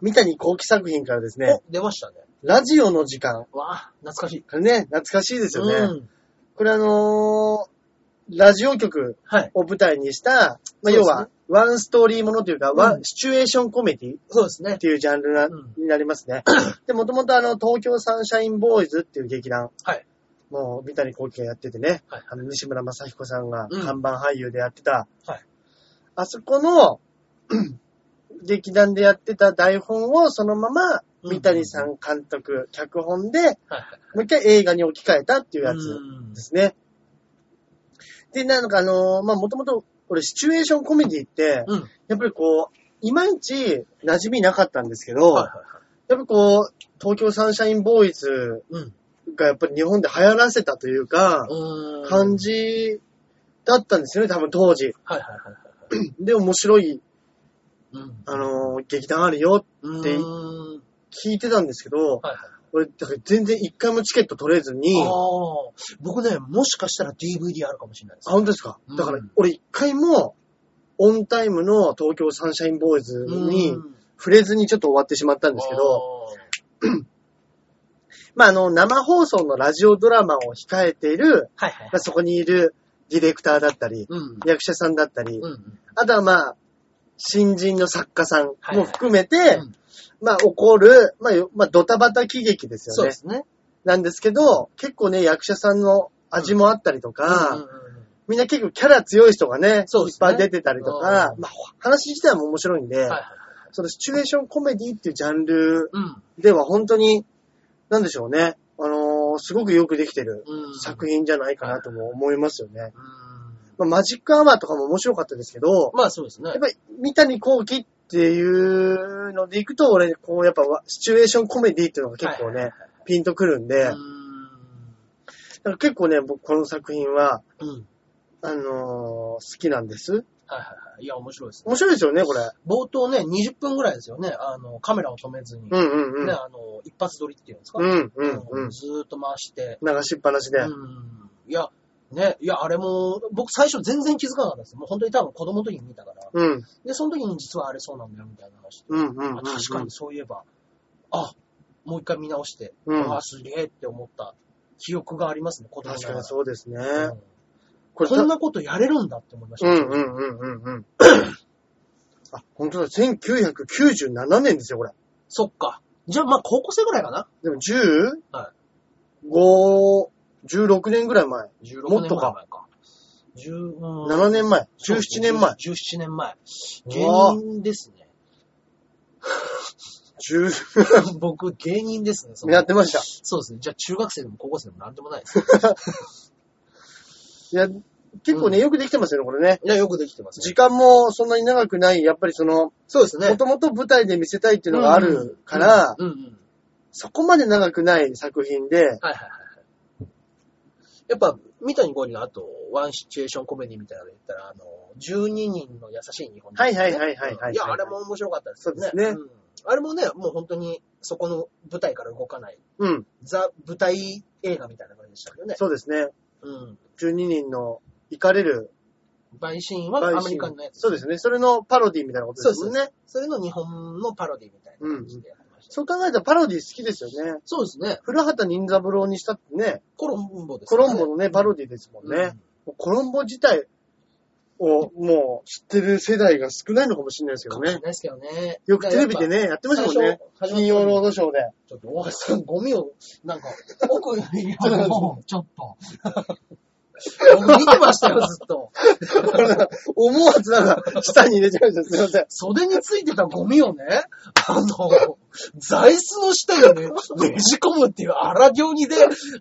三谷幸喜作品からですね、
お、出ましたね。
ラジオの時間。
わあ、懐かしい。
これね、懐かしいですよね。
うん。
これあのーラジオ局
はい。
を舞台にした、まあ、
そうですね
要は、ワンストーリーものというか、
ん
ワンシチュエーションコメディっ
そうですね。
ていうジャンルな、
うん
になりますね。で、もともとあの、東京サンシャインボーイズっていう劇団。
はい
もう、三谷幸喜がやっててね。
はい
あの、西村正彦さんが
うん
看板俳優でやってた。
はい
あそこの、 劇団でやってた台本をそのまま、
うん
三谷さん監督、脚本で、
はい。
もう一回映画に置き換えたっていうやつ。
うん
ですね。で、なんかあのーまあ、もともと、これシチュエーションコメディって、
うん。
やっぱりこう、いまいち馴染みなかったんですけど、
はいはい
やっ
はい。
ぱりこう、東京サンシャインボーイズ
うん。
がやっぱり日本で流行らせたというか、
うーん
感。じだったんですよね、多分当時。
はいはいはいはい。
で、面白い、
うん。
あのー劇団あるよ、
う
で
ーん。
聞いてたんですけど、
はいはい。
俺、だから全然一回もチケット取れずに、
あ
あ、
あ。僕ね、もしかしたら DVD あるかもしれないです。
本当ですか、だから
うん
俺一回も、オンタイムの東京サンシャインボーイズに
うん
触れずにちょっと終わってしまったんですけど、
あ
まあ、あの、生放送のラジオドラマを控えている、
はいは
ま。
い
あ、そこにいるディレクターだったり、
うん。
役者さんだったり、
うん。
あとはまあ、新人の作家さんも含めて、
うん
まあ、起こる、まあ、よまあ、ドタバタ喜劇ですよ
そう
ね
で。すね。
なんですけど、結構ね、役者さんの味もあったりとか、
うんうんうん
みんな結構キャラ強い人がね、
そうで
いっ
すね
ぱい出てたりとか、
うん
まあ、話自体も面白いんで、
はいはい。
そのシチュエーションコメディっていうジャンル
うん。
では本当に、なんでしょうね、あのーすごくよくできてる
うん。
作品じゃないかなとも思いますよね。
うん
まあ、マジックアワーとかも面白かったですけど、
まあそうですね
やっ。ぱり三谷幸喜っていうのでいくと、俺、こう、やっぱわシチュエーションコメディっていうのが結構ね、
はいはい
ピンとくるんで、
う
だから結構ね、僕この作品は、
ん。うん。
あのー好きなんです。
はいはいはい。いや、面白いですね。
面白いですよね、これ。
冒頭ね、20分ぐらいですよね。あの、カメラを止めずに。
う
ね、
んうんうん。
あの、一発撮りっていうんですか。
うんうんうん。
ずーっと回して。
流しっぱなしで。
うん。いや、ね、いや、あれも、僕最初全然気づかなかったです。もう本当に多分子供の時に見たから。
うん。
で、その時に実はあれそうなんだよ、みたいな話で。
うんうんうんうん。
あ確かに。そういえば、あ、もう一回見直して、
うん
あ、すげえって思った記憶がありますね、子供
確かに
う
そうですね。
ん
これ
こんなことやれるんだって思いま
う
した。
んうんうんうん うん。あ、本当だ、1997年ですよ、これ。
そっか。じゃあ、まあ、高校生ぐらいかな
でも 10?
は
5、16年ぐらい前。
?16
もっ
年
と
ぐらい
か
前か。10うん
7年前。
そう
17
ですね
年前。。
17年前。
うわ
芸人で すね。
10、
僕、芸人ですね。その
やってました。
そうですね。じゃあ、中学生でも高校生でもなんでもないです。
いや、結構ね、よくできてますよね、これね。
いや、よくできてます
時間もそんなに長くない、やっぱりその、
そうですね。
もともと舞台で見せたいっていうのがあるから、
うんうん。
そこまで長くない作品で、
はいはいはいはい。やっぱ、三谷幸喜の後、ワンシチュエーションコメディみたいなので言ったら、あの、12人の優しい日本人
は
で
い
すね、
はいはいはいはい
いや、あれも面白かったですよね。
そうですね
んあれもね、もう本当に、そこの舞台から動かない、
うん、
ザ舞台映画みたいな感じでしたけどね。
そうですね。
うん。
12人の行かれる
陪審は
陪審
アメリカのやつ。
そうですね。それのパロディみたいなこと
そ
で
うですす
よ
ね。
ね。
それの日本のパロディみたいな感じでやってました。
そう考えたらパロディ好きですよね。
そうですね。
古畑任三郎にしたってね、
コロンボです
コ
ね。
ロンボのね、パロディですもんね。もうコロンボ自体をもう知ってる世代が少ないのかもしれないですけ
うん。
ど
かもしれな
ね
い。ですけどね。
よくテレビでね、やってましたもんね。
最初
金曜ロードショーで。
ちょっと、大橋さん、ゴミを、なんか、奥に入れてるのちょっと。僕見てましたよ、ずっと。
思わずなんか、下に入れちゃいました。すいません。
袖についてたゴミをね、あの、座椅子の下にね、ねじ込むっていう荒行にで、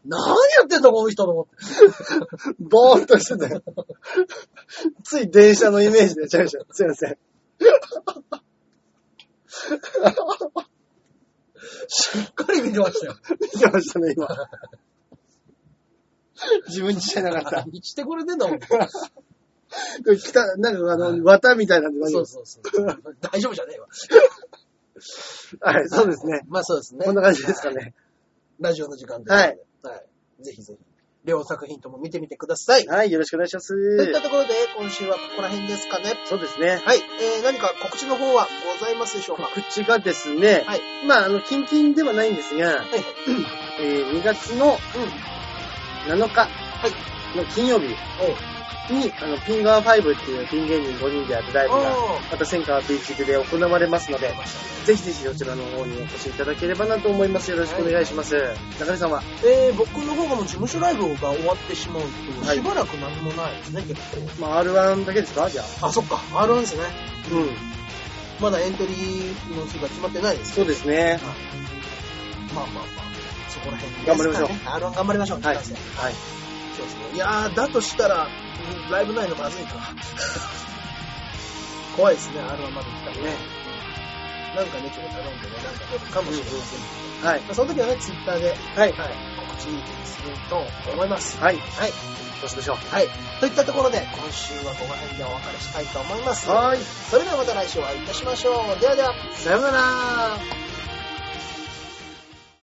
何やってんだ、この人と思って。
ぼーっとしてたよ。つい電車のイメージでちゃいました。すいません。
しっかり見てましたよ。
見てましたね、今。自分にしてなかった。
何してくれてんだ、ほんと
これた、なんかあの、綿みたいなのが
そうそうそう。大丈夫じゃねえわ。
はい、そうですね。
まあそうですね。
こんな感じですかね。
ラジオの時間で。
はい。
はい。ぜひぜひ、両作品とも見てみてください。
はい、よろしくお願いします。
といったところで、今週はここら辺ですかね。
そうですね。
はい、えー、何か告知の方はございますでしょうかは
告知がですね、
はい
まあ、あの、近々ではないんですが、
いはい。
えー2月の7日の金曜日に、あの、ピンガー5っていうピン芸人5人でやるライ
うん。
ブ
お
が、
ー。
また千川ビーチ部で行われますので
出、ました
ぜひぜひそちらの方にお越しいただければなと思います。よろしくお願いします。中根さんは
えー、僕の方がもう事務所ライブが終わってしまうと、
はい
しばらく何もないですね、結
まあ、R1 だけですかじゃあ。
構。あ、そっか、R1 ですね。
うん。
まだエントリーの日が決まってないですけ
そうですね。
ど、はいまあまあまあ、そこら辺ですかね
頑張りましょう
R1 頑張りましょう、
はい。
そうで
はい。
すね。いやー、だとしたら、うんライブないのまずいか。 怖いですね、R1 まで来たらね。
ね。
なんかね、ちょっと頼んでね、なんか出るかもしれませんけど。
はい。
まあその時はね、ツイッターで、は
はい
い、。告知すると思います。
はい。
はい。
そうしましょう。
はい。といったところで、今週はこの辺でお別れしたいと思います。
はーい。
それではまた来週お会いいたしましょう。ではでは。
さようなら